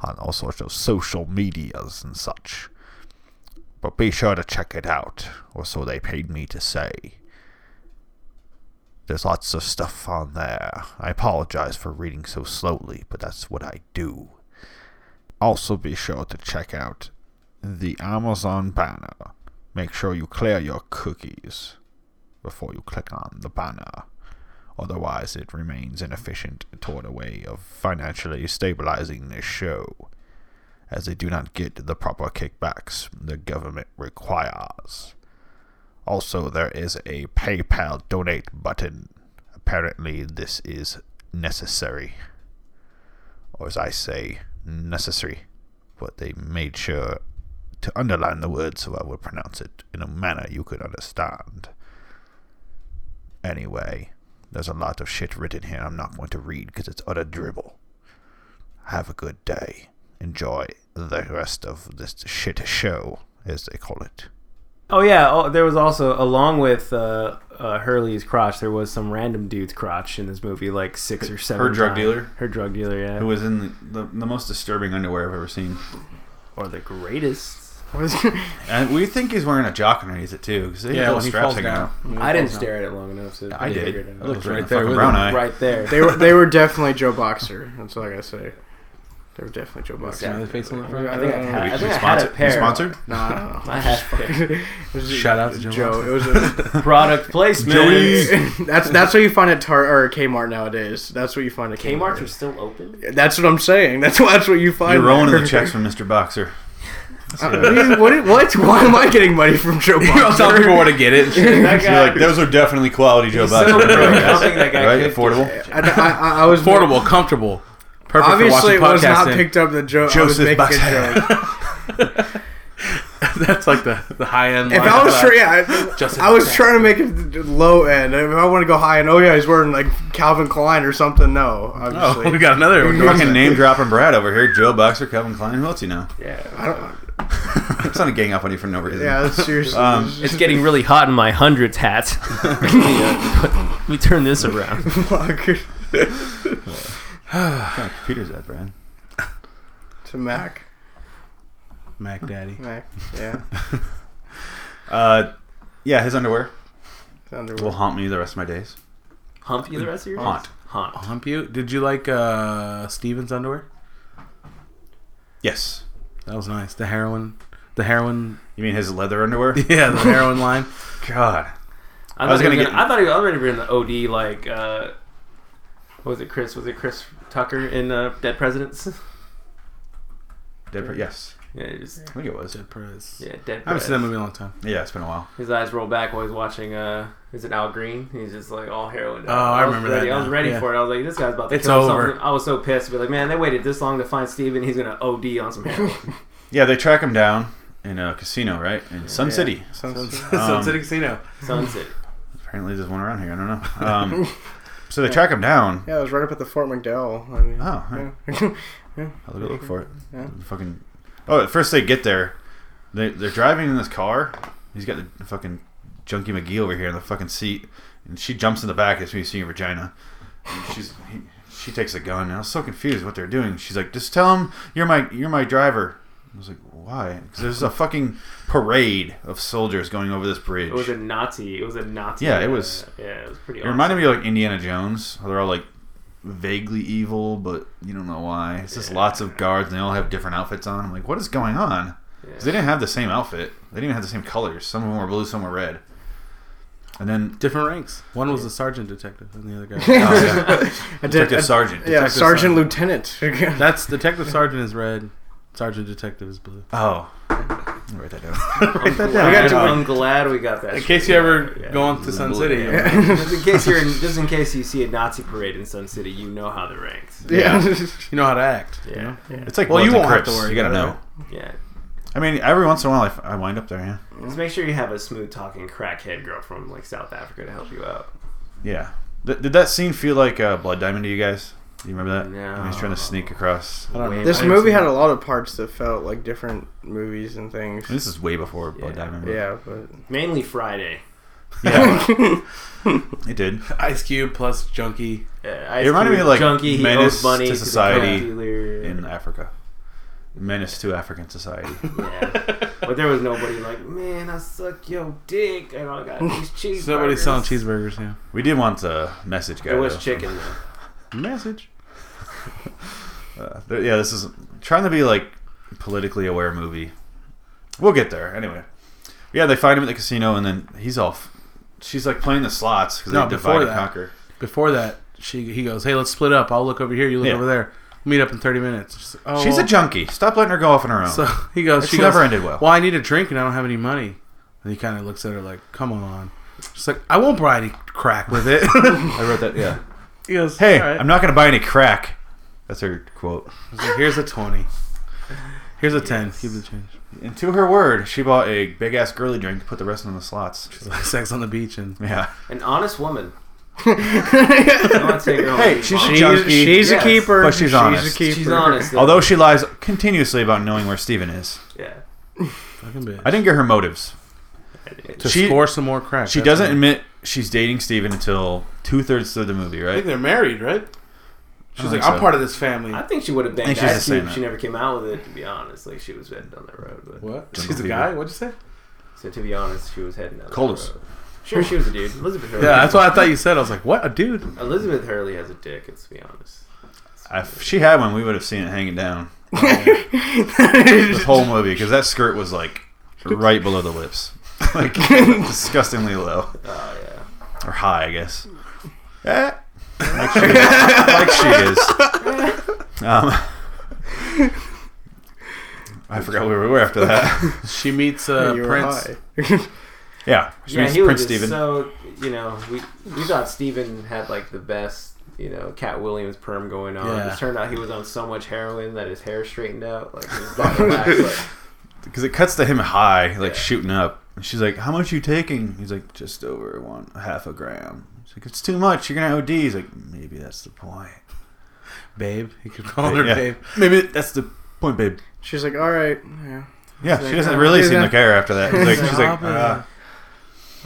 on all sorts of social medias and such. But be sure to check it out, or so they paid me to say. There's lots of stuff on there. I apologize for reading so slowly, but that's what I do. Also, be sure to check out the Amazon banner. Make sure you clear your cookies before you click on the banner. Otherwise, it remains inefficient toward a way of financially stabilizing this show, as they do not get the proper kickbacks the government requires. Also, there is a PayPal donate button. Apparently, this is necessary. Or, as I say, necessary. But they made sure to underline the word so I would pronounce it in a manner you could understand. Anyway, there's a lot of shit written here I'm not going to read because it's utter dribble. Have a good day. Enjoy the rest of this shit show, as they call it. Oh yeah. Oh, there was also along with uh, uh, Hurley's crotch, there was some random dude's crotch in this movie, like six or seven. drug times. dealer? Her drug dealer. Yeah. Who was in the, the, the most disturbing underwear I've ever seen. or the greatest. And we think he's wearing a jock underneath it too, because Yeah, yeah, when he straps falls hanging out. down. I didn't stare at it long enough. So I did. figured I it out. looked was right, right there in the fucking there with brown him. eye. Right there. They were they were definitely Joe Boxer. That's all I gotta say. They were definitely Joe Boxer. Smiley face on the front. I think I We, had, we I think I had a sponsor, we pair. sponsored? No, I don't know. I had a pair. It was a- Shout out to Joe Joe. Boxer. It was a, product placement. that's that's what you find at Tar or Kmart nowadays. That's what you find at Kmart. Kmart's are still open. That's what I'm saying. That's why- that's what you find. You're rolling in the there. checks from Mr. Boxer. Uh, what, do you- what? What? Why am I getting money from Joe I'll tell Boxer? people where to get it. That You're like, those are definitely quality Joe so Boxer. good. guys. I think that guy right? could Affordable. I, I, I- I was Portable, comfortable, perfect Obviously, for it watching was not podcasts in. picked up the joke. I was Joseph making Boxer. a joke. That's like the, the high end. If I was trying, yeah, Joseph I, I was Boxer. trying to make it low end. If I want to go high end, oh yeah, he's wearing like Calvin Klein or something. No, oh, we obviously. got another. endorsement. Fucking name dropping Brad over here. Joe Boxer, Calvin Klein. Who else you know? Yeah. I don't, It's not a gang up on you for no reason. yeah, that's seriously. Um, It's getting really hot in my hundreds hat. we turn this around. plug What kind of computer's that, Brad? to Mac. Mac Daddy. Mac, yeah. Uh, yeah, his underwear It's underwear. will haunt me the rest of my days. Hump you the rest of your Haunt. Haunt. Mm. Hump you? Did you like uh, Steven's underwear? Yes. That was nice. The heroin, the heroin, You mean his leather underwear? yeah, the heroin line. God. I, was thought gonna he was get- I thought he was already in the OD like. Uh, what was it Chris? Was it Chris Tucker in uh, Dead Presidents? Dead pre- yes. Yeah, just, I think it was. Dead Prez. yeah, Dead. I haven't Prez. seen that movie in a long time. Yeah, it's been a while. His eyes roll back while he's watching. Uh, is it Al Green? He's just like all heroin. Oh, I was remember ready, that I was now. ready Yeah. for it. I was like, this guy's about to It's kill over. something. I was so pissed. Be like, man, they waited this long to find Steven. He's gonna OD on some heroin. Yeah, they track him down in a casino, right? In Sun Yeah. City. Sounds- Um, Sunset Casino. Sunset. Apparently, there's one around here. I don't know. Um, so they track him down. yeah, it was right up at the Fort McDowell. I mean, Oh, huh. yeah. I'll go look for it. Yeah. Fucking. Oh, at first they get there. They they're driving in this car. He's got the fucking junkie McGee over here in the fucking seat, and she jumps in the back as we see her vagina. And she's he, she takes a gun. And I was so confused what they're doing. She's like, just tell him you're my you're my driver. I was like, why? Because there's a fucking parade of soldiers going over this bridge. It was a Nazi. It was a Nazi. Yeah, it was- yeah, it was pretty. It reminded me of like Indiana Jones. How they're all like vaguely evil, but you don't know why. It's just lots of guards, and they all have different outfits on. I'm like, what is going on? 'Cause They didn't have the same outfit. They didn't even have the same colors. Some of them were blue, some were red. And then Different ranks. One was a sergeant detective, and the other guy. oh, yeah. I did- Detective I- Sergeant. Yeah, Detective Sergeant Lieutenant. That's detective sergeant is red. Sergeant detective is blue. Oh, I'll write that down. Write that I'm, glad, down. I'm glad we got that. In shit. case you ever Yeah. go on to Sun City. Just in case you're in, just in case you see a Nazi parade in Sun City, you know how they're ranked. yeah. You know how to act. you Yeah, know? It's like Well, Bloods you and won't have Crips. to worry You gotta about know. yeah. I mean, every once in a while, I, f- I wind up there. Yeah. Just make sure you have a smooth talking crackhead girl from like South Africa to help you out. Yeah. Th- did that scene feel like uh, Blood Diamond to you guys? Do you remember that? No. When he's trying to sneak across. I don't Way know. This better. movie had a lot of parts that felt like different movies and things. This is way before Blood Yeah. Diamond. but- Yeah, but mainly Friday. Yeah. it did. Ice Cube plus Junkie. Uh, It reminded me of, like, junkie, he Menace owes money to to Society the drug dealer. In Africa. Menace to African society. yeah. but there was nobody like, man, I suck your dick, and I got these cheeseburgers. Somebody selling cheeseburgers. Yeah. We did want a message guy. It was though. chicken. Though. Message. uh, th- yeah, this is trying to be like politically aware movie. We'll get there anyway. Yeah, they find him at the casino, and then he's off. She's like playing the slots because No, they before divide and that. conquer. Before that, she he goes, "Hey, let's split up. I'll look over here. You look Yeah. over there. Meet up in thirty minutes." She's, like, oh, She's a well." junkie. Stop letting her go off on her own. So he goes, It's she never goes, ended well. Well, I need a drink and I don't have any money. And he kind of looks at her like, "Come on." She's like, "I won't buy any crack with it." I wrote that. Yeah. he goes, Hey, "All right." I'm not gonna buy any crack. That's her quote. He's like, "Here's a twenty. Here's a ten. Keep the change." And to her word, she bought a big ass girly drink to put the rest in the slots. She's like, "Sex on the beach," and Yeah. An honest woman. I want to take her home. Hey, She's she's- honest. Oh, she's, junkie. she's Yes. a keeper. But she's honest. a keeper. she's honest. Although she lies continuously about knowing where Steven is. yeah, fucking bitch. I didn't get her motives. to she- score some more crack. She that's doesn't all. admit she's dating Steven until two thirds through the movie, I think right? they're married, right? I She's don't like, think I'm so. part of this family. I think she would have think banged she's Ice just saying Cube. that. She never came out with it. To be honest, like she was headed down that road. But What? Don't She's a believe guy? it. What'd you say? so to be honest, she was heading down. that Coldest. road. Sure, she was a dude. Elizabeth. Hurley. Yeah, that's what I thought you said. I was like, what? A dude? Elizabeth Hurley has a dick. Let's be honest. If she had one, we would have seen it hanging down. this whole movie, because that skirt was like right below the lips. like disgustingly low. Oh yeah. Or high, I guess. Eh. Like she is. like she is. Um, I forgot where we were after that. She meets uh, You were Prince. high. Yeah. She yeah, meets he was Prince just Steven. so you know we we thought Steven had like the best you know Cat Williams perm going on. Yeah. It turned out he was on so much heroin that his hair straightened out. Like, he was black and black, like because it cuts to him high, like Yeah. shooting up. And she's like, "How much you taking?" He's like, "Just over one half a gram." She's like, "It's too much. You're gonna OD." He's like, "Maybe that's the point." Babe. He could call her Yeah. babe. Maybe that's the point, babe. She's like, all right. Yeah. Yeah, She's she like, doesn't "Uh, really do seem that." to care after that. He's like, she's like, Stop it.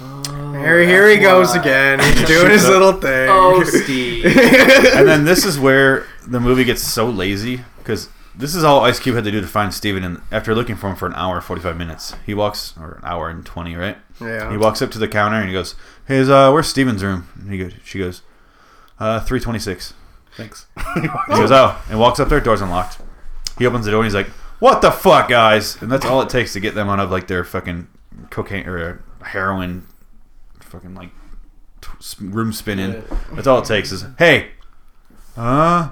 uh, Here, here he goes again. He's doing his little thing. Oh, Steve. and then this is where the movie gets so lazy because this is all Ice Cube had to do to find Steven. And after looking for him for an hour and forty-five minutes, he walks or an hour and twenty, right? He yeah. walks up to the counter and he goes, "Hey, is, uh, where's Steven's room?" And he goes, she goes, "Uh, three twenty-six. Thanks. He goes, oh, and walks up there. Door's unlocked. He opens the door and he's like, "What the fuck, guys?" And that's all it takes to get them out of like their fucking cocaine or uh, heroin, fucking like t- s- room spinning. That's all it takes is, "Hey, uh,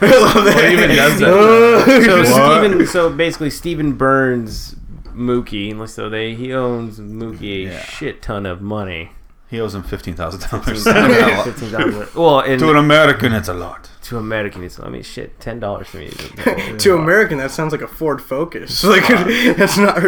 Well, he even does that. so What? Steven, so basically Steven Burns Mookie, and so they he owns Mookie a Yeah. shit ton of money. he owes him fifteen thousand dollars." to Fifteen dollars. Well, and an to, American, it's a lot. American, it's I mean shit, ten dollars for me. To American, that sounds like a Ford Focus. Like that's not.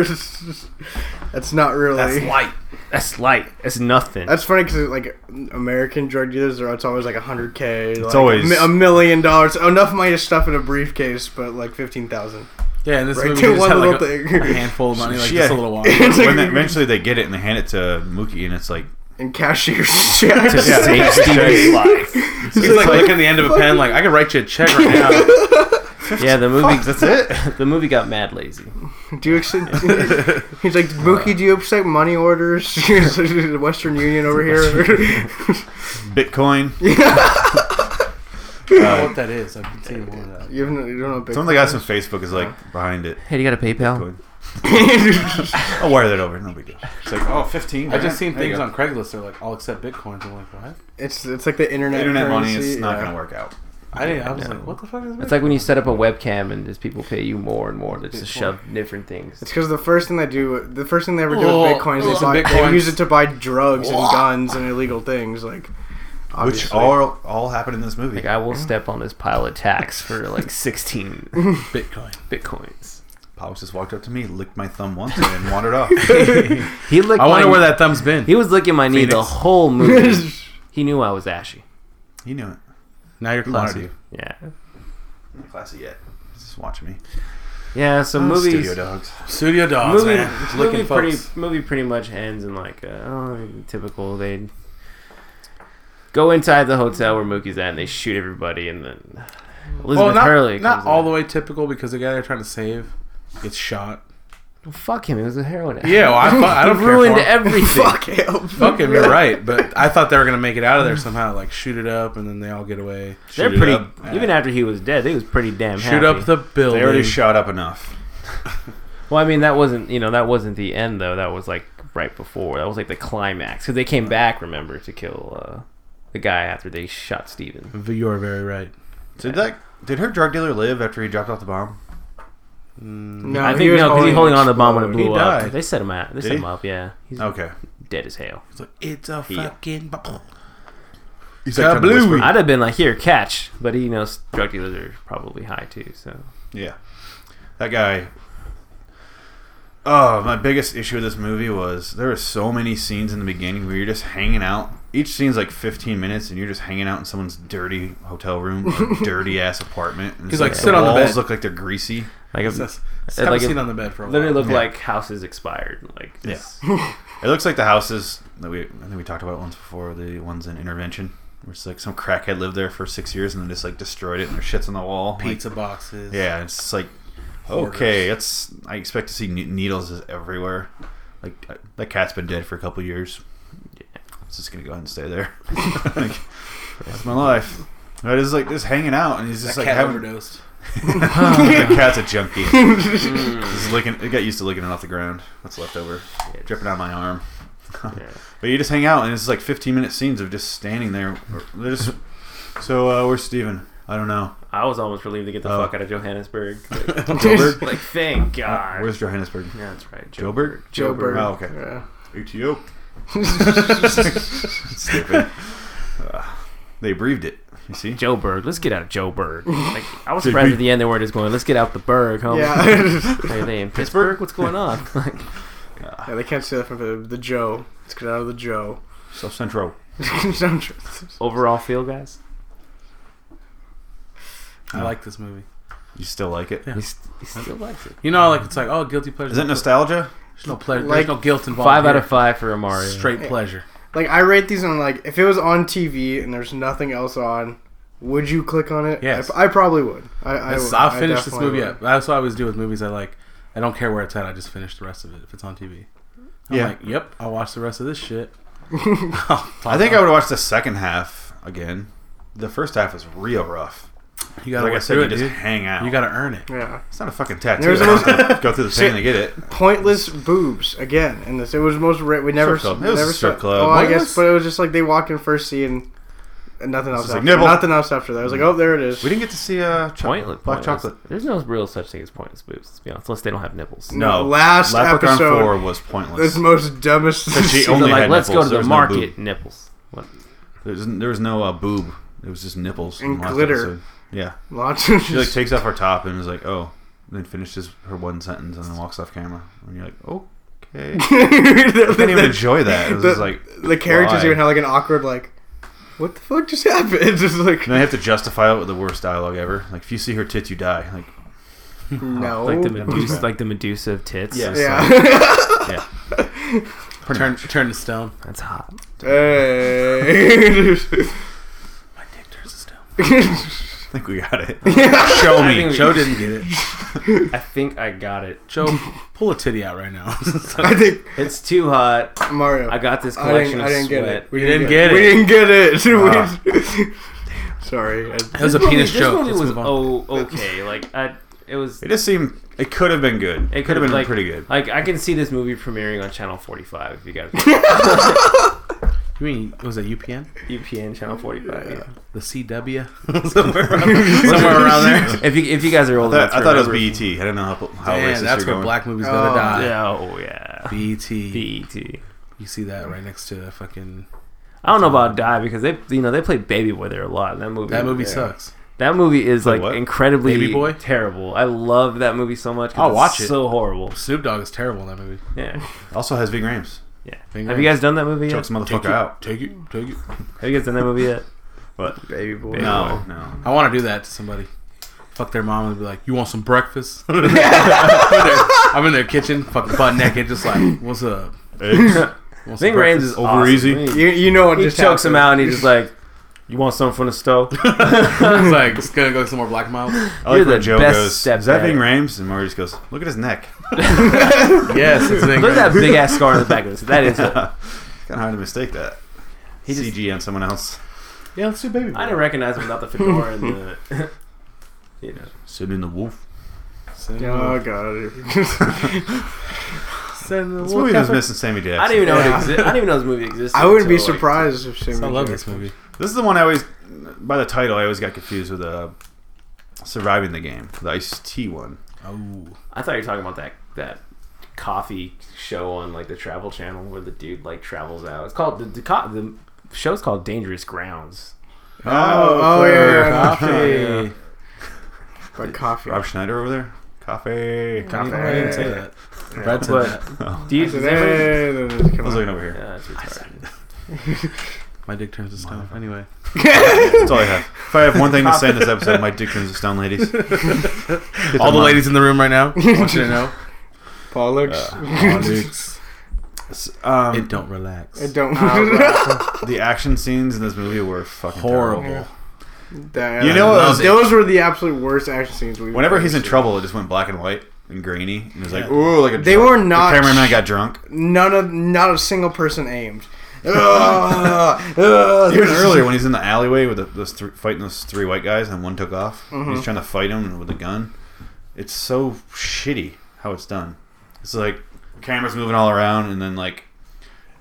That's not really. That's light. That's light. That's nothing. That's funny because like American drug dealers are it's always like hundred k. It's always- a million dollars. Enough money to stuff in a briefcase, but like fifteen thousand. Yeah, in this Right movie, to he just one had like little a, thing. a handful of money, like She just a had- little while. when they, eventually they get it and they hand it to Mookie, and it's like, in cashiers. yeah. to save Steven's life. He's like, looking at the end of a pen, like, I can write you a check right now. Yeah, the movie. "Fuck, that's it." The movie got mad lazy. Do you accept? he's like Mookie. Do you accept money orders? Western Union over here. Uh, Bitcoin. I don't know what that is. I've been seeing more of that. You, haven't, you don't know Bitcoin. Some of the guys from Facebook is like behind it. Hey, do you got a PayPal? Bitcoin. I'll wire that over. No big deal. It's like oh, 15 I just grand? seen There you things go. on Craigslist. They're like, I'll accept bitcoins. I'm like, what? it's it's like the internet. internet money. currency. It's not yeah. gonna work out. I didn't. I was No. like, what the fuck is It's this? like when you set up a webcam and just people pay you more and more to just shove different things. It's because the first thing they do, the first thing they ever do Oh, with bitcoins is oh, like they Bitcoins. use it to buy drugs and guns and illegal things. Like, Which obviously. all all happened in this movie. Like I will step on this pile of tax for like 16 Bitcoin. bitcoins. Pops just walked up to me, licked my thumb once, and then wandered off. He looked. I wonder where that thumb's been. He was licking my knee the Phoenix. whole movie. he knew I was ashy. He knew it. Now you're He wanted classy. you. Yeah. Not classy yet. Just watch me. Yeah. So movies. Oh, Studio dogs. Studio dogs, movie, Oh, man. movie Looking pretty folks. movie pretty much ends in like uh oh, typical they go inside the hotel where Mookie's at and they shoot everybody and then Elizabeth Well, not, Hurley not comes all in. the way typical because the guy they're trying to save gets shot. Well, fuck him it was a heroin addict. Yeah, well, I, fu- I don't He care ruined for him. everything fuck him. Fuck him, you're right. But I thought they were gonna make it out of there somehow, like shoot it up, and then they all get away. they're Shoot it pretty up. even after he was dead they was pretty damn Shoot happy. up the building. They already shot up enough. well I mean that wasn't you know that wasn't the end though that was like right before that was like the climax because they came back remember to kill uh, the guy after they shot Steven You're very right. Did that? Did her drug dealer live after he dropped off the bomb? No, I think no because he holding on to the bomb when it He blew up died. they set him out they set he? Oh. him up yeah he's Okay. dead as hell. It's like it's a Yeah. fucking bubble. He's like trying to whisper. I'd have been like, here, catch. But you know, drug dealers are probably high too. So Yeah. That guy. Oh, my biggest issue with this movmovie was there were so many scenes in the beginning where you're just hanging out. Each scene's like 15 minutes, and you're just hanging out in someone's dirty hotel room, or dirty ass apartment. And He's it's like, "Sit on the walls bed." look like they're greasy. like, It's it just- It's have like a a- seat on the bed for a literally while. looked Yeah. like houses expired. Like just, It looks like the houses that we I think we talked about once before. The ones in Intervention, where it's like some crackhead lived there for six years and then just like destroyed it, and their shits on the wall. Like, pizza boxes. Yeah, it's just like Hoarders. okay, it's I expect to see ne- needles is everywhere. Like uh, that cat's been dead for a couple years. Yeah. It's just gonna go ahead and stay there. like, that's my life. But it's like just hanging out, and he's That just like cat having. overdosed. the cat's a junkie. He's licking. It got used to licking it off the ground. What's left over, yeah, dripping down my arm. yeah. But you just hang out, and it's like 15 minute scenes of just standing there. They're just so uh, where's Steven? I don't know. I was almost relieved to get the Oh. fuck out of Johannesburg. Like, Joburg. like, thank God. Uh, Where's Johannesburg? yeah, that's right. Joburg. Joe Bird. Oh, okay. Yeah. ATO. Stupid. Uh, they breathed it. You see? Joburg. Let's get out of Joburg. Like I was Did surprised we- at the end they were just going, let's get out the burg, homie. Yeah. Are they in Pittsburgh? What's going on? Like, yeah, they can't say that from the, the Joe. Let's get out of the Joe. South Central. Some tr- overall feel, guys. I like this movie. You still like it? Yeah. He, st- he still likes it. You know, like it's like oh, guilty pleasure. Is it nostalgia? There's no pleasure. Like- there's no guilt involved. Five out here. of five for Amari. straight pleasure. like I rate these on like if it was on TV and there's nothing else on, would you click on it? Yes. I, I probably would. I, I That's- would. I'll I finish this definitely movie would. up. That's what I always do with movies I like. I don't care where it's at. I just finish the rest of it if it's on TV. I'm Yeah. like, yep, I'll watch the rest of this shit. I think I would watch the second half again. The first half is real rough. You gotta Like I work said, through you it, just dude. hang out. You gotta earn it. Yeah. It's not a fucking tattoo. There's I almost- don't have to go through the pain to get it. Pointless boobs again, and this it was most ra- we never Strip club. It was never a strip saw- club. Oh, I What guess, was- but it was just like they walked in first scene, and nothing else. just After. like, nibble. Nothing else after that. I was like, oh, there it is. We didn't get to see uh, chocolate, Pointless. black pointless. chocolate. There's no real such thing as pointless boobs, to be honest, unless they don't have nipples. No, last Leprechaun episode- Four was This pointless. most dumbest. But she So only they're like, had let's nipples. go There to the was no boob. market. nipples. What? There's, there was no uh, boob. It was just nipples in And the last glitter. episode. Yeah, Lots she like takes off her top and is like, "Oh," and then finishes her one sentence and then walks off camera. And you're like, "Okay." I didn't even enjoy that. It was the- just like, the characters why? even had like an awkward like, what the fuck just happened? It's just like and they have to justify it with the worst dialogue ever. Like, if you see her tits, you die. Like, no. Like the that Medusa, was like the Medusa of tits. Yeah. It's like, yeah. pretty Turn much. turn to stone. that's hot. Hey. My dick turns to stone. I think we got it. Show I think me. we- Joe didn't get it. I think I got it. Joe, pull a titty out right now. I think It's too hot. Mario. I got this I collection didn't, I didn't of get sweat. it. We didn't get We it. didn't get it. We- Ah. Sorry. I, That was a This penis movie, joke. This Let's movie was move on. oh okay. Like I, it was. It just seemed it could have been good. It could have could've, been like- pretty good. Like I can see this movie premiering on Channel 45 if you guys You mean was it UPN? UPN E Channel 45. Yeah. The CW? somewhere, around, somewhere around there. If you if you guys are old I thought, enough, to I thought it was remember- BET. I don't know how, how Man, racist that's you're where going. black movies gonna Oh, die. Yeah, Oh yeah. E BET. E BET. You see that right next to fucking I don't know about die because they you know they played Baby Boy there a lot. And that movie that movie yeah. sucks. That movie is Like like what? incredibly Baby Boy? terrible. I love that movie so much. 'cause I'll it's watch it. So horrible. Snoop Dogg is terrible in that movie. Yeah. Also has Ving Rhames. Yeah. Big Have you guys done that movie yet? Chokes the motherfucker out. Take it, take it. Have you guys done that movie yet? What? Baby Boy. No, no. I want to do that to somebody. Fuck their mom and be like, "You want some breakfast?" I'm, in their, I'm in their kitchen, fucking butt naked, just like, "What's up?" Want some Ving Rhames breakfast?" is Over awesome. easy. He- you, you know what He just chokes him happened. out and he's just like, "You want something from the stove?" It's like, "It's gonna go some more black miles." I like You're where the Joe best goes. stepdad. Is that Ving Rhames? And Marty just goes, look at his neck. yes, it's Ving Look at that Rhames. big ass scar on the back of his. That is. it. kind of hard to mistake that. He just- CG on someone else. Yeah, let's do baby. I didn't recognize him without the fedora and the. You know, Sit in the wolf. Send Oh the- god. send the This wolf movie was out. missing Sammy Jackson. I didn't even know Yeah. it exi- I didn't even know this movie existed. I wouldn't be until, like, surprised if Sammy. I love this Jackson- movie. This is the one I always, by the title, I always got confused with uh, Surviving the Game, the Ice T one. Oh, I thought you were talking about that that coffee show on like the Travel Channel where the dude like travels out. It's called the the, co- the show's called Dangerous Grounds. Oh, oh, yeah, yeah, coffee. But coffee. Rob Schneider over there. Coffee. I didn't say that. Brad said But- that. Do you? Hey, Does everybody- hey, hey, hey, hey, I come was on. looking over here. Yeah, it's Oh, retarded. My dick turns to stone. Anyway, That's all I have. If I have one thing to say in this episode, my dick turns to stone, ladies. all the ladies in the room right now, I want you to know, Pollux. Uh, all dicks, it Um, don't relax. I don't. the action scenes in this movie were fucking Horrible. terrible. That- You know what those, was- those were the absolute worst action scenes we. Whenever he's in trouble, it just went black and white and grainy. And it was like, Yeah. ooh, like a They drunk- were not- The cameraman got drunk. none of not a single person aimed. Ugh, ugh. Even earlier, when he's in the alleyway with the, those three, fighting those three white guys, and one took off. Mm-hmm. He's trying to fight him with a gun. It's so shitty how it's done. It's like cameras moving all around, and then like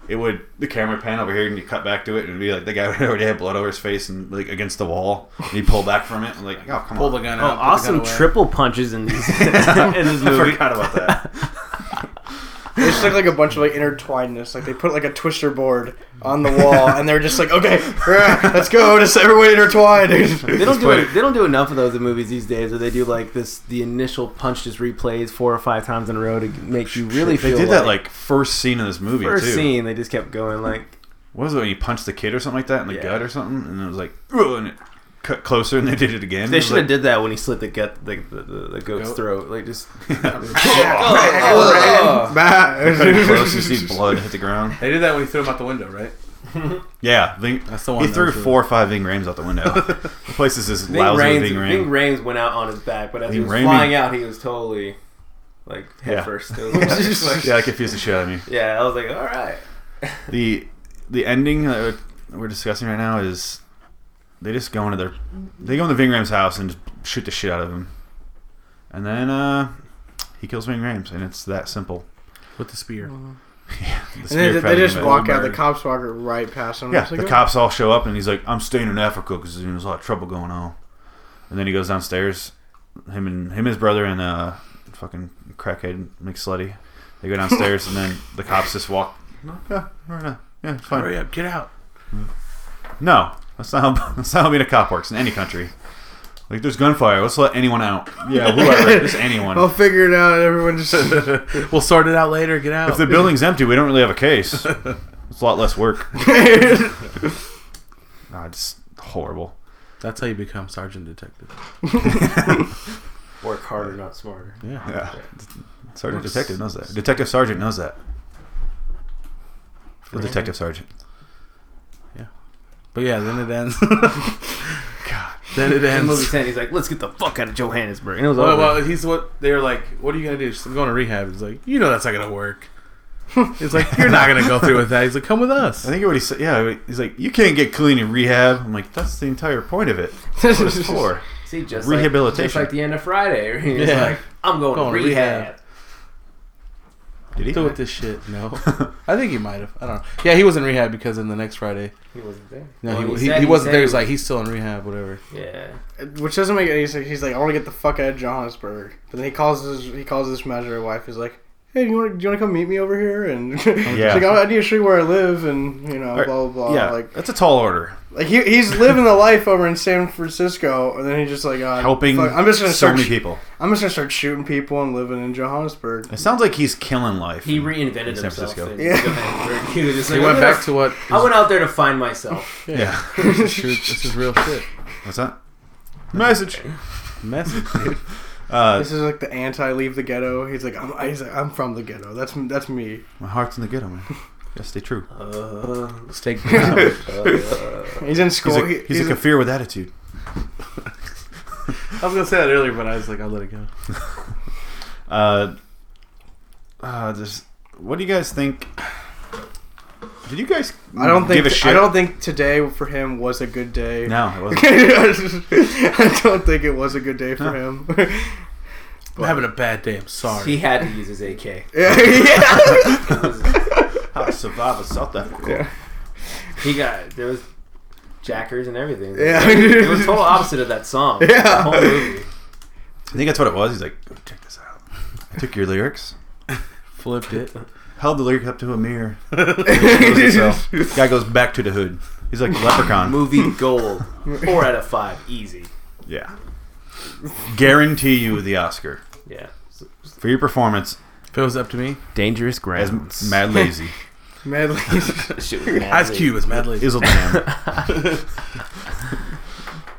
it would the camera pan over here, and you cut back to it, and it'd be like the guy already had blood over his face and like against the wall, and he pulled back from it, and like oh come Pull on, the gun Oh, out. put the awesome gun away. triple punches in this, in this I movie. forgot about that. It just looked like a bunch of like intertwinedness. Like they put like a twister board on the wall, and they're just like, okay, let's go. Just everyone intertwined. They don't do But- it, they don't do enough of those in movies these days, where they do like this the initial punch just replays four or five times in a row to make you really They feel. did that like first scene of this movie first too. scene. They just kept going like What was it when you punched the kid or something like that in the Yeah. gut or something, and it was like "Ugh," and it cut closer, and they did it again. It they was should have like, did that when he slit the gut the the, the, the goat's throat. Like just Oh. Oh. cut it close, you see blood hit the ground. They did that when you threw him out the window, right? Yeah, Ving, That's the he one. threw that was- four or five Ving Rams out the window. the place is this Ving lousy Rhames, Ving Ram. Ving Rhames went out on his back, but as he Ving was Rhames. flying out, he was totally like head Yeah. first. Still. Like, yeah, I confused the shit out of me. yeah, I was like, all right. The the ending that we're- we're discussing right now is they just go into their they go into Ving Ram's house and just shoot the shit out of him, and then uh he kills Ving Rams, and it's that simple. with the spear. The And they, spear they just predator- walk out. The cops walk right past them. Yeah, It's like, the oh. cops all show up, and he's like, "I'm staying in Africa because there's a lot of trouble going on." And then he goes downstairs. Him and him, his brother, and uh, fucking crackhead McSlutty. They go downstairs, and then the cops just walk. Yeah, we're gonna- yeah, it's fine. Hurry up, get out. No, that's not how that's not how being a cop works in any country. Like, there's gunfire. Let's let anyone out. Yeah, whoever, just I'll anyone. figure it out. Everyone just We'll sort it out later. Get out. If the building's empty, we don't really have a case. It's a lot less work. Ah, it's horrible. That's how you become sergeant detective. Work harder, not smarter. Yeah. Yeah. Sergeant Detective knows that. Detective Sergeant knows that. The Detective Sergeant. But yeah, then it ends. Then it And movie ends. ten, he's like, let's get the fuck out of Johannesburg. And it was Well, over. well, he's what they were like. What are you gonna do? She's like, I'm going to rehab. He's like, you know that's not gonna work. He's like, you're not gonna go through with that. He's like, come with us. I think what he said. Yeah, he's like, you can't get clean in rehab. I'm like, that's the entire point of it. That's what it's for. See, just Rehabilitation. Like, just like the end of Friday. He's Yeah. like, I'm going, Going to to rehab. rehab. Did he? Deal with this shit. No, I think he might have. I don't know. Yeah, he was in rehab because in the next Friday, He wasn't there. no, Well, he, he, said- he, wasn't said there. he He's like, he's still in rehab, whatever. was- yeah. which doesn't make any sense. He's like, I want to get the fuck out of Johannesburg, but then he calls his he calls his manager wife. He's like, Hey, do you want to do you want to come meet me over here? And she's Yeah. like, "Oh, I need to show you where I live, and you know, Or- blah blah blah. yeah, Like, that's a tall order. like he, he's living the life over in San Francisco, and then he's just like, oh, Helping fuck, I'm just gonna so start. many sh- people. I'm just gonna start shooting people and living in Johannesburg. It sounds like he's killing life. He And- reinvented San himself. Francisco. in Yeah. Johannesburg. He was just He like, went "I'm gonna- back to what? I went out there to find myself. yeah. This is, true, this is real shit. What's that? Message. Message, dude. Uh, This is like the anti leave the ghetto. He's like, I'm, he's like, I'm from the ghetto. That's that's me. my heart's in the ghetto, man. Gotta stay true. Uh, Steak. Brown. He's in He's school. a, he- he's a kafir with attitude. I was gonna say that earlier, but I was like, I'll let it go. Uh, uh, just what do you guys think? Did you guys? I don't think give a shit. I don't think today for him was a good day. No, it wasn't. I don't think it was a good day for him. I'm having a bad day. I'm sorry. he had to use his AK. yeah, yeah. How to survive a South Africa? Yeah. He got there was jackers and everything. Yeah. it was total opposite of that song. Yeah. the whole movie. I think that's what it was. He's like, "Go check this out. I took your lyrics, Flipped it. held the lyric up to a mirror. It was itself. Guy goes back to the hood. He's like leprechaun. Movie gold, four out of five, easy. Yeah. Guarantee you the Oscar Yeah, for your performance If it was up to me, dangerous as Mad Lazy. Madly. Ice Cube was madly. Isledam.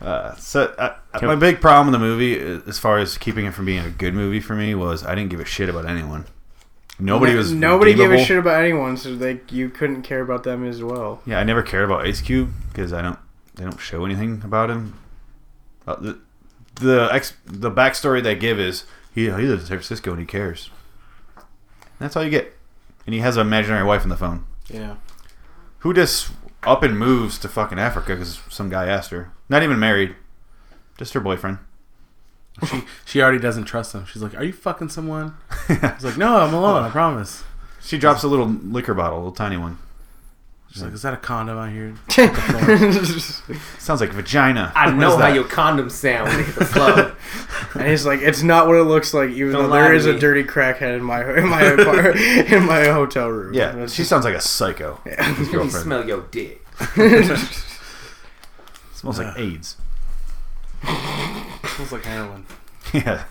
uh, so uh, my big problem with the movie, uh, as far as keeping it from being a good movie for me, was I didn't give a shit about anyone. Nobody was. Nobody gave redeemable. a shit about anyone, so they you couldn't care about them as well. Yeah, I never cared about Ice Cube because I don't. They don't show anything about him. Uh, the the ex the backstory they give is he he lives in San Francisco and he cares. That's all you get, and he has an imaginary wife on the phone. Yeah. who just up and moves to fucking Africa because some guy asked her. Not even married, just her boyfriend. She she already doesn't trust him. She's like, "Are you fucking someone?" He's like, "No, I'm alone. I promise." She drops a little liquor bottle, a little tiny one. She's like, "Is that a condom out here?" and Sounds like vagina. I What know is how that? your condoms sound when you hit the flow. he's like, it's not what it looks like, even Don't though lie there to is a me. dirty crackhead in my in my apart- in my hotel room. Yeah, That's she sounds like a psycho. His you girlfriend smell your dick. smells like AIDS. Smells like heroin. uh, Yeah,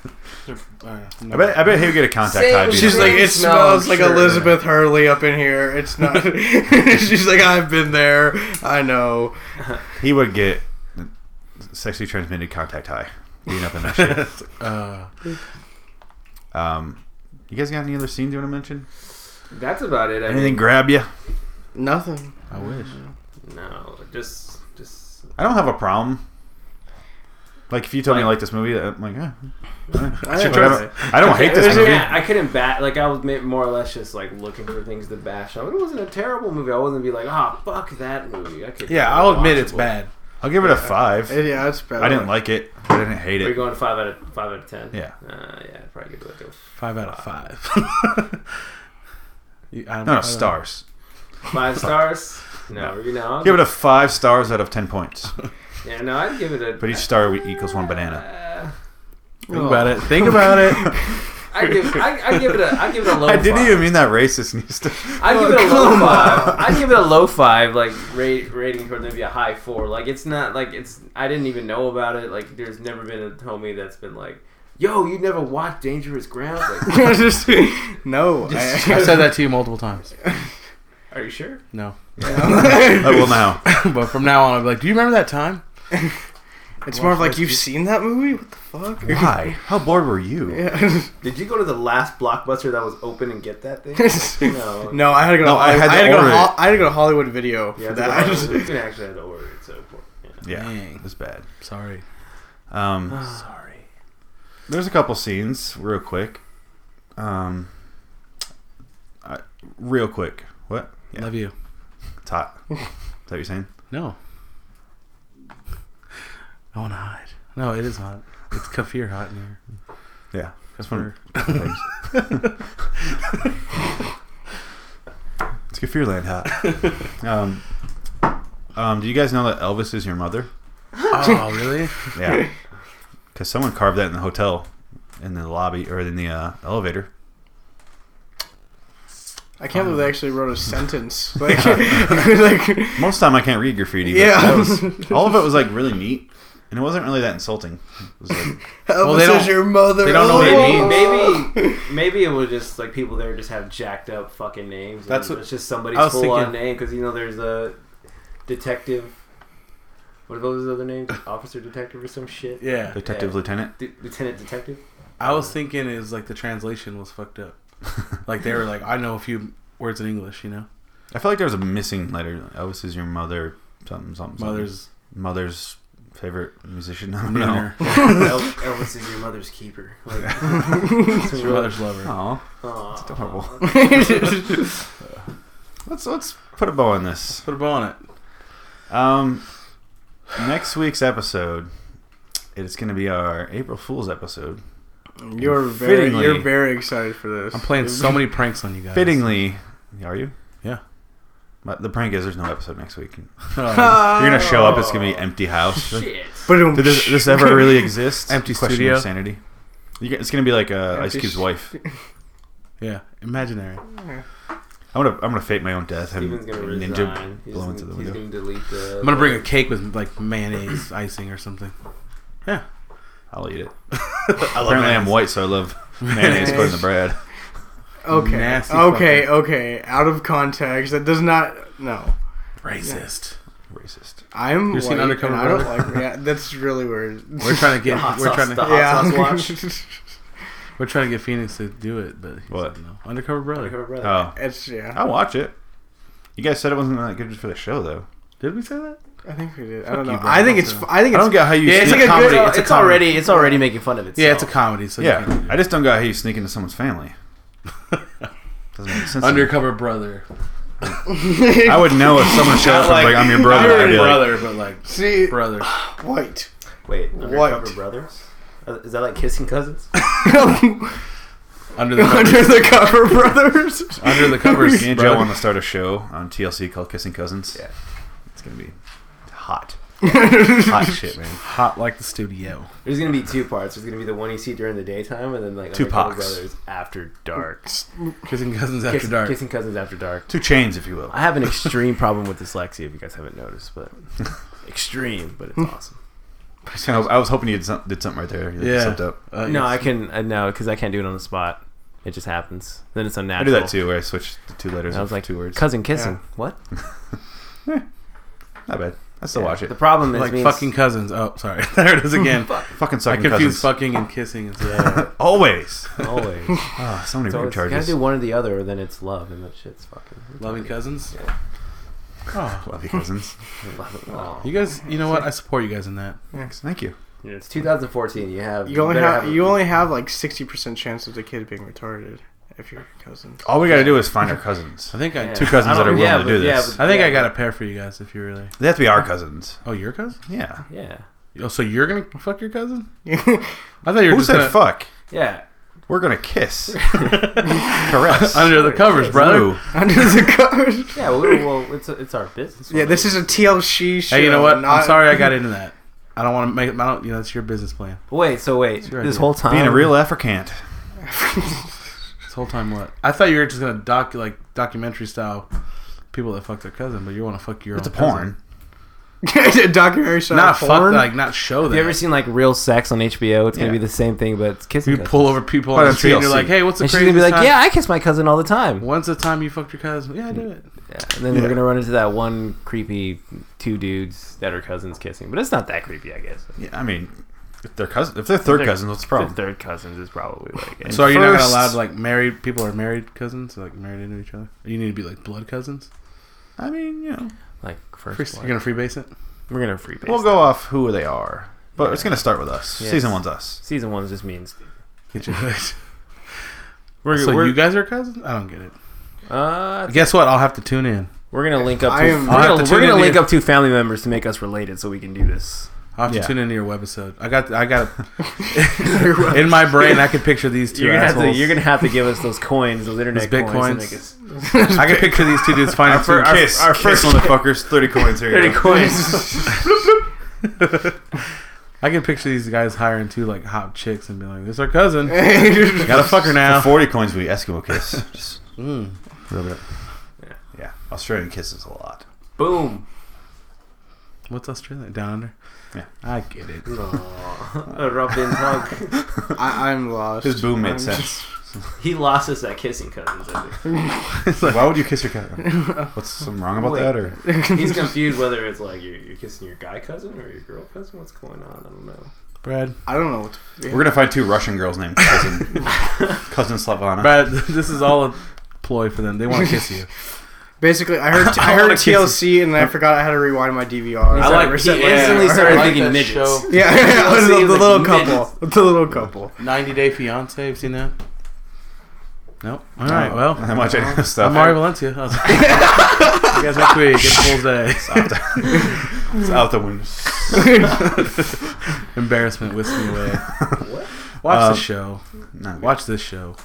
I I bet. I bet he'll get a contact Same high. with being She's on like, that. it No, smells like sure. Elizabeth Hurley up in here. It's not. She's like, I've been there. I know. he would get sexually transmitted contact high. Being up in that shit. Uh, Um, you guys got any other scenes you want to mention? That's about it. I Anything mean, grab you? Nothing. I wish. no, just just I don't have a problem. Like if you told me I like this movie, I'm like, eh, Shit, I don't but I, know. don't, I don't hate I this mean, movie. I, I couldn't bat. Like I was ma- more or less just like looking for things to bash on. It wasn't a terrible movie. I wasn't be like, ah, fuck that movie. I could. Yeah, I'll admit it's Watchable. bad. I'll give it a five. Yeah, it's bad. I didn't like it. I didn't hate Are you it. going five out of five out of ten? Yeah. Uh, yeah, I'd probably give it like a Five out of five. You- I don't No, know. no, stars. five stars. No, you know, I'll Give it a five stars out of ten points. yeah, no, I'd give it a. But each star we- equals one banana. Uh, Think about it. Think about. about it. I give I, I give it a I give it a low. I didn't five. even mean that racist news stuff. I give it a low five. I give it a low five, like rate, rating for maybe a high four. Like it's not like it's. I didn't even know about it. Like there's never been a homie that's been like, "Yo, you never watched Dangerous Ground?" Like, Just- no. it. I've said that to you multiple times. are you sure? No, I will Oh, now. but from now on, I'll be like, "Do you remember that time?" it's more of like you've seen that movie. What the fuck? Why? How bored were you? Yeah. Did you go to the last blockbuster that was open and get that thing? No. no, I had to go. No, to, I I, had had to to go to order it. Hol- I had to go to Hollywood Video Yeah, for it's that. like, oh, you can actually have to order it. So yeah. Yeah, Dang. it was bad. Sorry. Um, Sorry. there's a couple scenes real quick. Um, I, real quick. What? Yeah, Love you. it's hot. Is that what you're saying? No. I want to hide. No, it is hot. It's kafir hot in here. Yeah. That's one of the things. It's Gefearland hot. Um, um, do you guys know that Elvis is your mother? Oh, really? Yeah. Because someone carved that in the hotel, in the lobby or in the uh, elevator. I can't believe they actually wrote a sentence. Like, like Most of the time I can't read graffiti. but Yeah. that was- all of it was like really neat, and it wasn't really that insulting. It was like, Well, they Elvis is don't- your mother. they don't know what they Oh. mean. Maybe, maybe, maybe it was just like people there just have jacked up fucking names. That's That's what- it's just somebody's I was full on thinking- name because you know there's a detective. What was his other name? Officer detective or some shit. Yeah. Detective Yeah. Lieutenant. D- Lieutenant detective. I was thinking is like the translation was fucked up. Like they were like, I know a few words in English, you know? I feel like there was a missing letter. Elvis is your mother. Something something. something. Mother's mother's favorite musician. I don't know. dinner, El- Elvis is your mother's keeper. Like, it's your mother's lover. Aw. aw. adorable. Let's let's put a bow on this. Put a bow on it. Um, next week's episode, it's going to be our April Fool's episode. You're very, Fittingly. you're very excited for this. I'm playing so many pranks on you guys. Fittingly, are you? Yeah. But the prank is there's no episode next week. Um, You're Ah. gonna show up. It's gonna be empty house. Shit. Ba-dum. Did this, this ever really exist? Empty Question studio. Of sanity. You get, it's gonna be like uh, Ice Empty Cube's sh- wife. yeah. Imaginary. I'm gonna I'm gonna fake my own death. and Steven's gonna ninja resign. He's, blow gonna, into the he's window. gonna delete the. I'm gonna bring a cake with like mayonnaise icing or something. I'll eat it. Apparently, I'm white, so I love mayonnaise put in the bread. okay. nasty okay. Okay. Out of context. That does not. No. Racist. Racist. I'm. You've white, seen Undercover and I don't Brother? like. Yeah. That's really weird. We're trying to get. hot we're sauce trying to. stuff. yeah. Hot sauce We're trying to get Phoenix to do it, but he What? said no. Undercover brother. Undercover brother. Oh, it's yeah. I'll watch it. You guys said it wasn't that good for the show, though. Did we say that? I think we did. I don't know. you, bro. I think it's. I think I don't it's. get how you. Yeah, it's sneak- like a comedy. It's, It's a it's comedy. already it's already making fun of itself. Yeah, it's a comedy, so yeah. yeah, I just don't get how you sneak into someone's family. Doesn't make sense. to me. Undercover brother. I would know if someone showed up and like, I'm your brother. I'd Not be like, brother, but like See, brother. white. Wait, What? undercover brothers? Uh, Is that like kissing cousins? Under the cover, Under the cover, brothers. under the covers. Me and Joe brother. want to start a show on TLC called Kissing Cousins. Yeah, it's gonna be hot, hot shit, man. hot like the studio. There's gonna be two parts. There's gonna be the one you see during the daytime, and then like Two Undercover pox. brothers after dark. Kissing cousins after Kiss- dark. Kissing cousins after dark. Two chains, if you will. I have an extreme problem with dyslexia. If you guys haven't noticed, but extreme, Uh, but it's awesome. I was- I was hoping you did, some, did something right there. You like, Yeah. slipped up. Uh, No, I yes. can uh, no because I can't do it on the spot. It just happens. Then it's I do unnatural. that too, where I switched the two letters. I was of like two words. Cousin kissing. What? Not bad. I still Yeah. watch it. The problem is like means- fucking cousins. Oh, sorry, there it is again. fucking I sucking confuse cousins. fucking and kissing. And stuff. Yeah, Always. always. Ah, so many So room it's, you gotta charges. do one or the other, or then it's love, and that shit's fucking. Loving cousins. Yeah. Oh, Love you, cousins. Love it. Aw. you guys. You know what? I support you guys in that. Thanks. Thank you. It's 2014. You have You only better have. a- You only have like sixty percent chance of the kid being retarded if you're cousins. All we gotta do is find our cousins. I think I. Yeah. Two cousins I that don't- are willing yeah, to but- do yeah, this. I think Yeah. I got a pair for you guys if you really. They have to be our cousins. Oh, your cousin? Yeah. Yeah, Oh, so you're gonna fuck your cousin? yeah. I thought you were Who just said gonna fuck? yeah. We're gonna kiss, caress, under the covers, brother. Ooh. Under the covers. Yeah, well, well it's, it's our business. Yeah, this is a TLC show. Hey, you know what? I'm not- sorry I got into that. I don't want to make. I don't. You know, that's your business plan. Wait, so wait. your This idea. whole time. being a real African. This whole time, what? I thought you were just gonna doc like documentary style people that fuck their cousin, but you want to fuck your. It's a own porn. documentary show. Cousin. Not porn. fuck. Like not show Have that. you ever seen like real sex on HBO? It's Yeah. gonna be the same thing, but it's kissing. You cousins. pull over people But on the on street and you're TLC. like, "Hey, what's the And she's craziest gonna be like, time? "Yeah, I kiss my cousin all the time." When's the time you fucked your cousin? Yeah, I did it. Yeah, and then Yeah. we're gonna run into that one creepy two dudes that are cousins kissing, but it's not that creepy, I guess. Yeah, I mean, if they're cousins, if they're third They're- cousins, what's the The problem? third cousins is probably like. So are you not first- allowed to like married people are married cousins, like married into each other? You need to be like blood cousins. I mean, you know, Like first, First, one. you're gonna freebase it. we're gonna free base. we'll go off who they are, but it's Yeah. gonna start with us. Yes. Season one's us. Season one just means Get your we're, so we're you guys are cousins? I don't get it. Uh, Guess what? I'll have to tune in. we're gonna link up. I To, am- I'll we're have gonna, to we're tune gonna in link here. up two family members to make us related, so we can do this. I'll have Yeah. to tune into your webisode. I got, I got it in my brain. I can picture these 2 You're gonna, have to, assholes. you're gonna have to give us those coins, those internet Those coins. to bitcoins. make us- I can picture these two dudes finding Our, some our, kiss. our first motherfuckers, thirty coins here. you Thirty go. coins. I can picture these guys hiring two like hot chicks and being like, "This our cousin. Got Dude, to fuck her For now." forty coins, we Eskimo kiss. Just Mm. rub it up. Yeah. Yeah, Australian kisses a lot. Boom. What's Australia down under? Yeah. I get it. Aw, Rub and hug. I, I'm lost. His boom I'm made sense. He lost us at kissing cousins. I think. Why would you kiss your cat? What's something wrong about Wait. that? Or He's confused whether it's like you're, you're kissing your guy cousin or your girl cousin. What's going on? I don't know. Brad, I don't know what. The, we're gonna find two Russian girls named cousin cousin Slavana. Brad, this is all a ploy for them. They want to kiss you. Basically, I heard I heard TLC and then I forgot I had to rewind my DVR. I like- Reset he my instantly DVR. started Yeah, thinking midgets. yeah, yeah, TLC the, is the like little midgets. couple, the little couple. 90 Day Fiance. Have you seen that? Nope. All right. Well, how Uh, much I know stuff. I'm Mario Valencia. you guys next week. Get bullseye. It's out the window. Embarrassment whisked me away. Watch Um, the show. Not good. Watch this show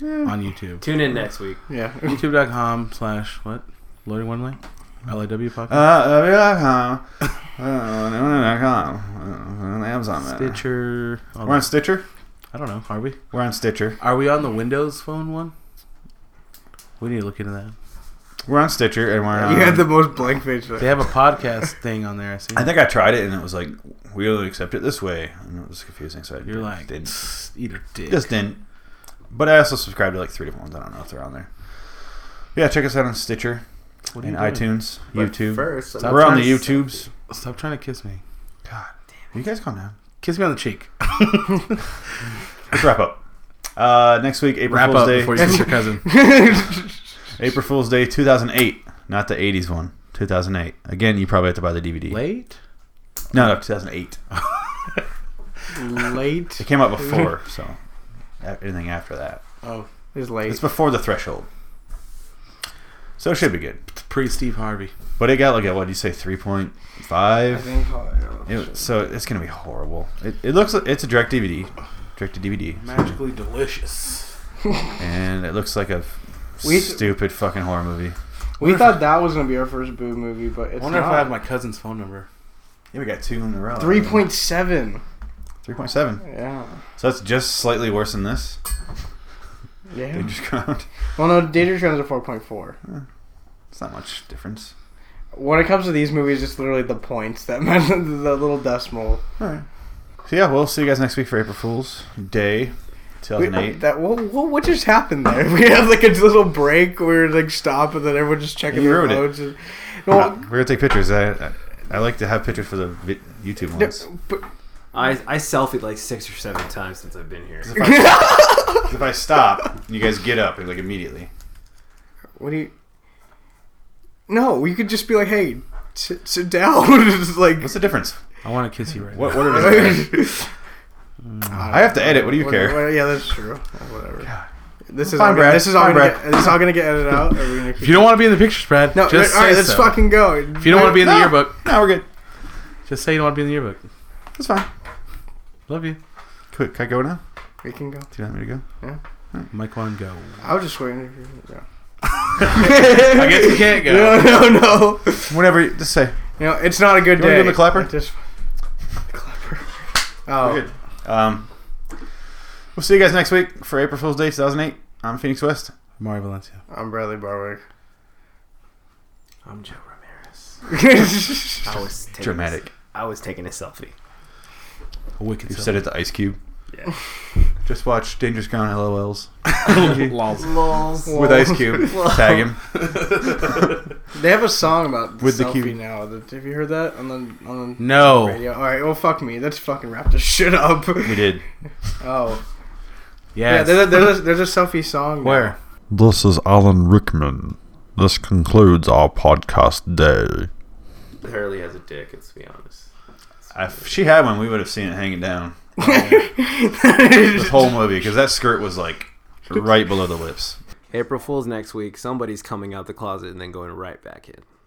on YouTube. Tune in next week. Yeah, YouTube.com slash what? Loading one lane. LAW podcast. Uh, uh, yeah, uh, uh, no, no, no, come on. Uh, Amazon. uh, Stitcher. all We're on that. Stitcher. I don't know. Are we? We're on Stitcher. Are we on the Windows Phone one? We need to look into that. We're on Stitcher, and we're on. you had the most blank face. They have a podcast thing on there. I see. I think I tried it, and it was like we only accept it this way, and it was confusing. So I You're like, didn't. eat a dick. just didn't. But I also subscribe to like three different ones. I don't know if they're on there. Yeah, check us out on Stitcher What are and you doing? iTunes, But YouTube. First, Stop We're on the trying to- YouTubes. Stop trying to kiss me. God, you guys calm down. Kiss me on the cheek. Let's wrap up. Uh, next week, April Wrap Fool's up Day. before you kiss your cousin. April Fool's Day, 2008, not the 80s one. 2008. Again, you probably have to buy the DVD. Late. No, no, 2008. late It came out before, so a- anything after that. Oh, is It's late. before the threshold, so it should be good. it's pre Steve Harvey. But it got like a what do you say, 3.5? I think. oh, yeah. It, so it's gonna be horrible. It, it looks like it's a direct DVD, direct to DVD, Magically delicious. and it looks like a f- We- stupid fucking horror movie. We thought that was gonna be our first boo movie, but I it's wonder not. if I have my cousin's phone number. Yeah, we got two in a row. Three point seven. three point seven. Yeah. So that's just slightly worse than this. Yeah. Dangerous Ground. Well, no, Dangerous Grounds are four point four. It's not much difference. When it comes to these movies, it's literally the points that matter, the little decimal. All right. So yeah, we'll see you guys next week for April Fool's Day, We- uh, 2008. that what, what, what just happened there? We had like a little break. We were like stop, and then everyone just checking You their ruined it. phones. And, Uh, well, we're gonna take pictures. I, I I like to have pictures for the vi- YouTube no, ones. but, I I selfied like six or seven times since I've been here. 'Cause If I, if I stop, you guys get up like immediately. what do you? No, we could just be like, hey, sit, sit down. It's like What's the difference? I want to kiss you right What now. what are the I have to edit. What do you What- care? what- yeah, that's true. Whatever. This is Fine, all gonna, Brad. this is all Fine, gonna Brad. get, this is all gonna get edited out. Or we're gonna If you don't want to be in the pictures, Brad, no, just all right, say let's so. fucking go. If you don't want to be in the yearbook, No, we're good. just say you don't want to be in the yearbook. That's fine. Love you. Could, can I go now? we can go. Do you want me to go? Mike one go. I was just waiting. For you. Yeah. I guess you can't go. No, no, no. Whatever. you- Just say. You know, it's not a good You wanna day. give him the clapper? It Just, the clapper. We're Oh, good. Um, we'll see you guys next week for April Fool's Day 2008. I'm Phoenix West. Mario Valencia. I'm Bradley Barwick. I'm Joe Ramirez. That's I was taking Dramatic. A, I was taking a selfie. A wicked You said it to Ice Cube. Yeah. Just watch Dangerous Ground LOLs Lols. with Ice Cube. Tag him. They have a song about the With the selfie cute- now. That, have you heard that on the on the No. radio? All right. Well, fuck me. Let's fucking wrap this shit up. We did. Oh, yeah. Yes. There's a, there's a, there's a selfie song. now. Where? This is Alan Rickman. This concludes our podcast day. Hurley has a dick. Let's be honest. I- If she had one, we would have seen it hanging down. this whole movie because that skirt was like right below the lips. April Fool's next week. Somebody's coming out the closet and then going right back in.